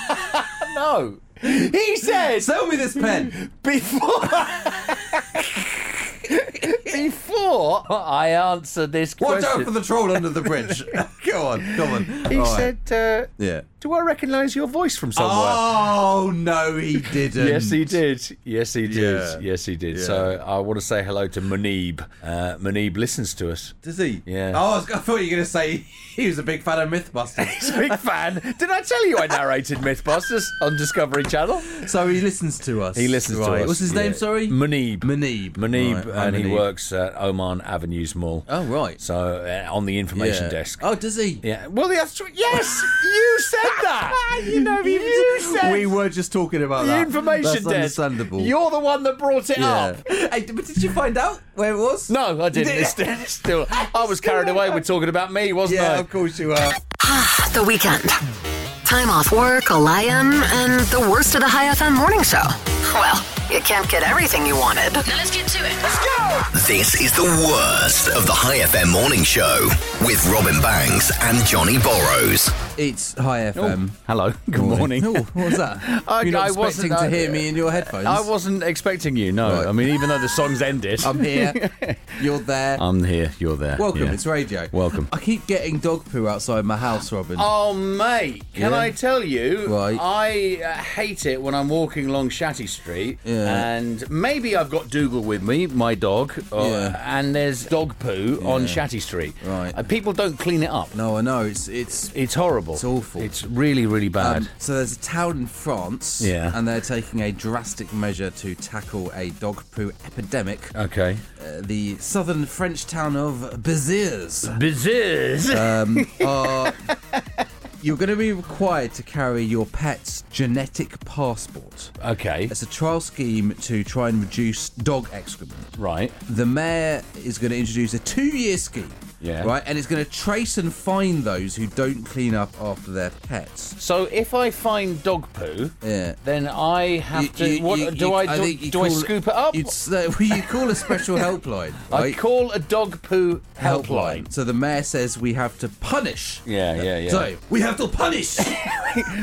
B: no." He said,
C: "Sell me this pen
B: before." Before I answer this
C: Watch
B: question,
C: out for the troll under the bridge. go on, come on.
B: He
C: All right.
B: said, uh,
C: Yeah.
B: "Do I recognise your voice from somewhere?"
C: Oh no, he didn't.
B: Yes, he did. Yes, he did.
C: Yeah.
B: Yes, he did.
C: Yeah.
B: So I want to say hello to Munib. Uh, Munib listens to us.
C: Does he?
B: Yeah.
C: Oh, I, was, I thought you were going to say he was a big fan of Mythbusters.
B: He's a big fan. Did I tell you I narrated MythBusters on Discovery Channel?
C: so he listens to us.
B: He listens
C: Right.
B: to us.
C: What's his name?
B: Yeah.
C: Sorry,
B: Munib.
C: Munib.
B: Munib,
C: Right,
B: and
C: oh,
B: he
C: Munib.
B: works at Oman Avenues Mall.
C: Oh right.
B: So uh, on the information
C: Yeah.
B: desk.
C: Oh, does he?
B: Yeah. Well, that's yes. You said that. you know, you said
C: We were just talking about
B: the
C: that.
B: information
C: That's
B: desk.
C: understandable.
B: You're the one that brought it
C: yeah.
B: up.
C: Hey, d- but did you find out where it was?
B: No, I didn't. It's still, it's still- I was carried away with talking about me, wasn't
C: Yeah,
B: I?
C: of course you are.
D: The weekend. Time off work, a lion, and the worst of the High FM morning show. Well, you can't get everything you wanted.
O: Now let's get to it. Let's go.
A: This is the worst of the High FM morning show with Robin Banks and Johnny Borrows.
C: It's High FM.
B: Um, Hello. Good Oh, morning.
C: Oh, what was that?
B: I-
C: You're not
B: I wasn't-
C: expecting
B: I-
C: to hear me in your headphones.
B: I wasn't expecting you. No,
C: Right.
B: I mean, even though the song's ended,
C: I'm here. You're there.
B: I'm here. You're there.
C: Welcome.
B: yeah.
C: It's radio.
B: Welcome.
C: I keep getting dog poo outside my house, Robin.
B: Oh mate, can
C: Yeah.
B: I tell you?
C: Right.
B: I uh, hate it when I'm walking along Shatty Street,
C: Yeah.
B: and maybe I've got Dougal with me, my dog, uh,
C: Yeah.
B: and there's dog poo on Shatty Street.
C: Right.
B: Uh, people don't clean it up.
C: No, I know. It's it's
B: It's horrible. It's
C: awful.
B: It's really, really bad.
C: Um, so there's a town in France,
B: Yeah.
C: and they're taking a drastic measure to tackle a dog poo epidemic.
B: okay.
C: Uh, the southern French town of Beziers
B: Bizarre.
C: um, are. You're going to be required to carry your pet's genetic passport.
B: okay.
C: It's a trial scheme to try and reduce dog excrement.
B: Right.
C: The mayor is going to introduce a two-year scheme.
B: Yeah.
C: Right, and it's going to trace and fine those who don't clean up after their pets. Uh,
B: So if I find dog poo,
C: Yeah.
B: then I have
C: You-
B: to.
C: you-
B: what,
C: you-
B: do
C: you-
B: I do,
C: think you
B: do I
C: call-
B: scoop it up?
C: You'd, s- uh, well, you call a special helpline.
B: I
C: right?
B: call a dog poo helpline.
C: So the mayor says we have to punish.
B: Yeah, yeah, yeah.
C: So we have to punish.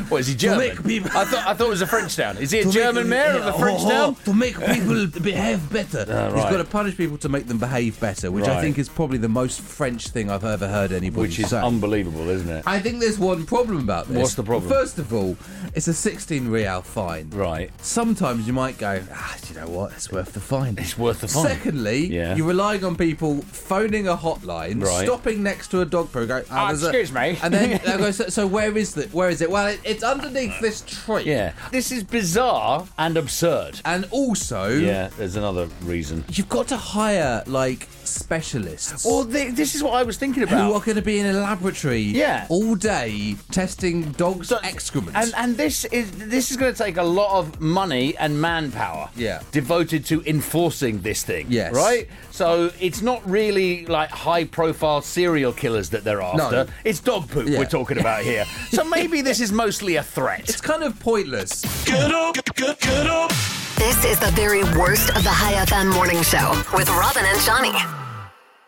B: What is he
C: To
B: German?
C: make people-
B: I thought I thought it was a French town. Is he a
C: To make-
B: German mayor of
C: yeah,
B: a French
C: oh,
B: town?
C: To make people behave better. He's
B: Ah, right.
C: got to punish people to make them behave better, which I
B: Right.
C: think is probably the most French thing I've ever heard anybody
B: Which is
C: say.
B: unbelievable, isn't it?
C: I think there's one problem about this.
B: What's the problem?
C: First of all, it's a 16 real fine.
B: Right.
C: Sometimes you might go, ah, do you know what? It's worth the fine.
B: It's worth the fun.
C: Secondly,
B: Yeah.
C: you're relying on people phoning a hotline,
B: Right.
C: stopping next to a dog poo, going, ah,
B: Ah,
C: there's a-
B: excuse me.
C: and then they go, so, so where is it? Where is it? Well, it, it's underneath this tree.
B: yeah. This is bizarre and absurd.
C: And also,
B: Yeah, there's another reason.
C: you've got to hire like specialists.
B: Well, th- this is what I was thinking about.
C: who are going to be in a laboratory
B: Yeah.
C: all day testing dogs' excrement.
B: And and this is this is going to take a lot of money and manpower.
C: Yeah.
B: Devoted to enforcing this thing.
C: Yes.
B: Right. So it's not really like high-profile serial killers that they're after. It's dog poop
C: Yeah.
B: we're talking about here. so maybe this is mostly a threat.
C: it's kind of pointless.
D: This is the very worst of the High FM morning show with Robin and Johnny.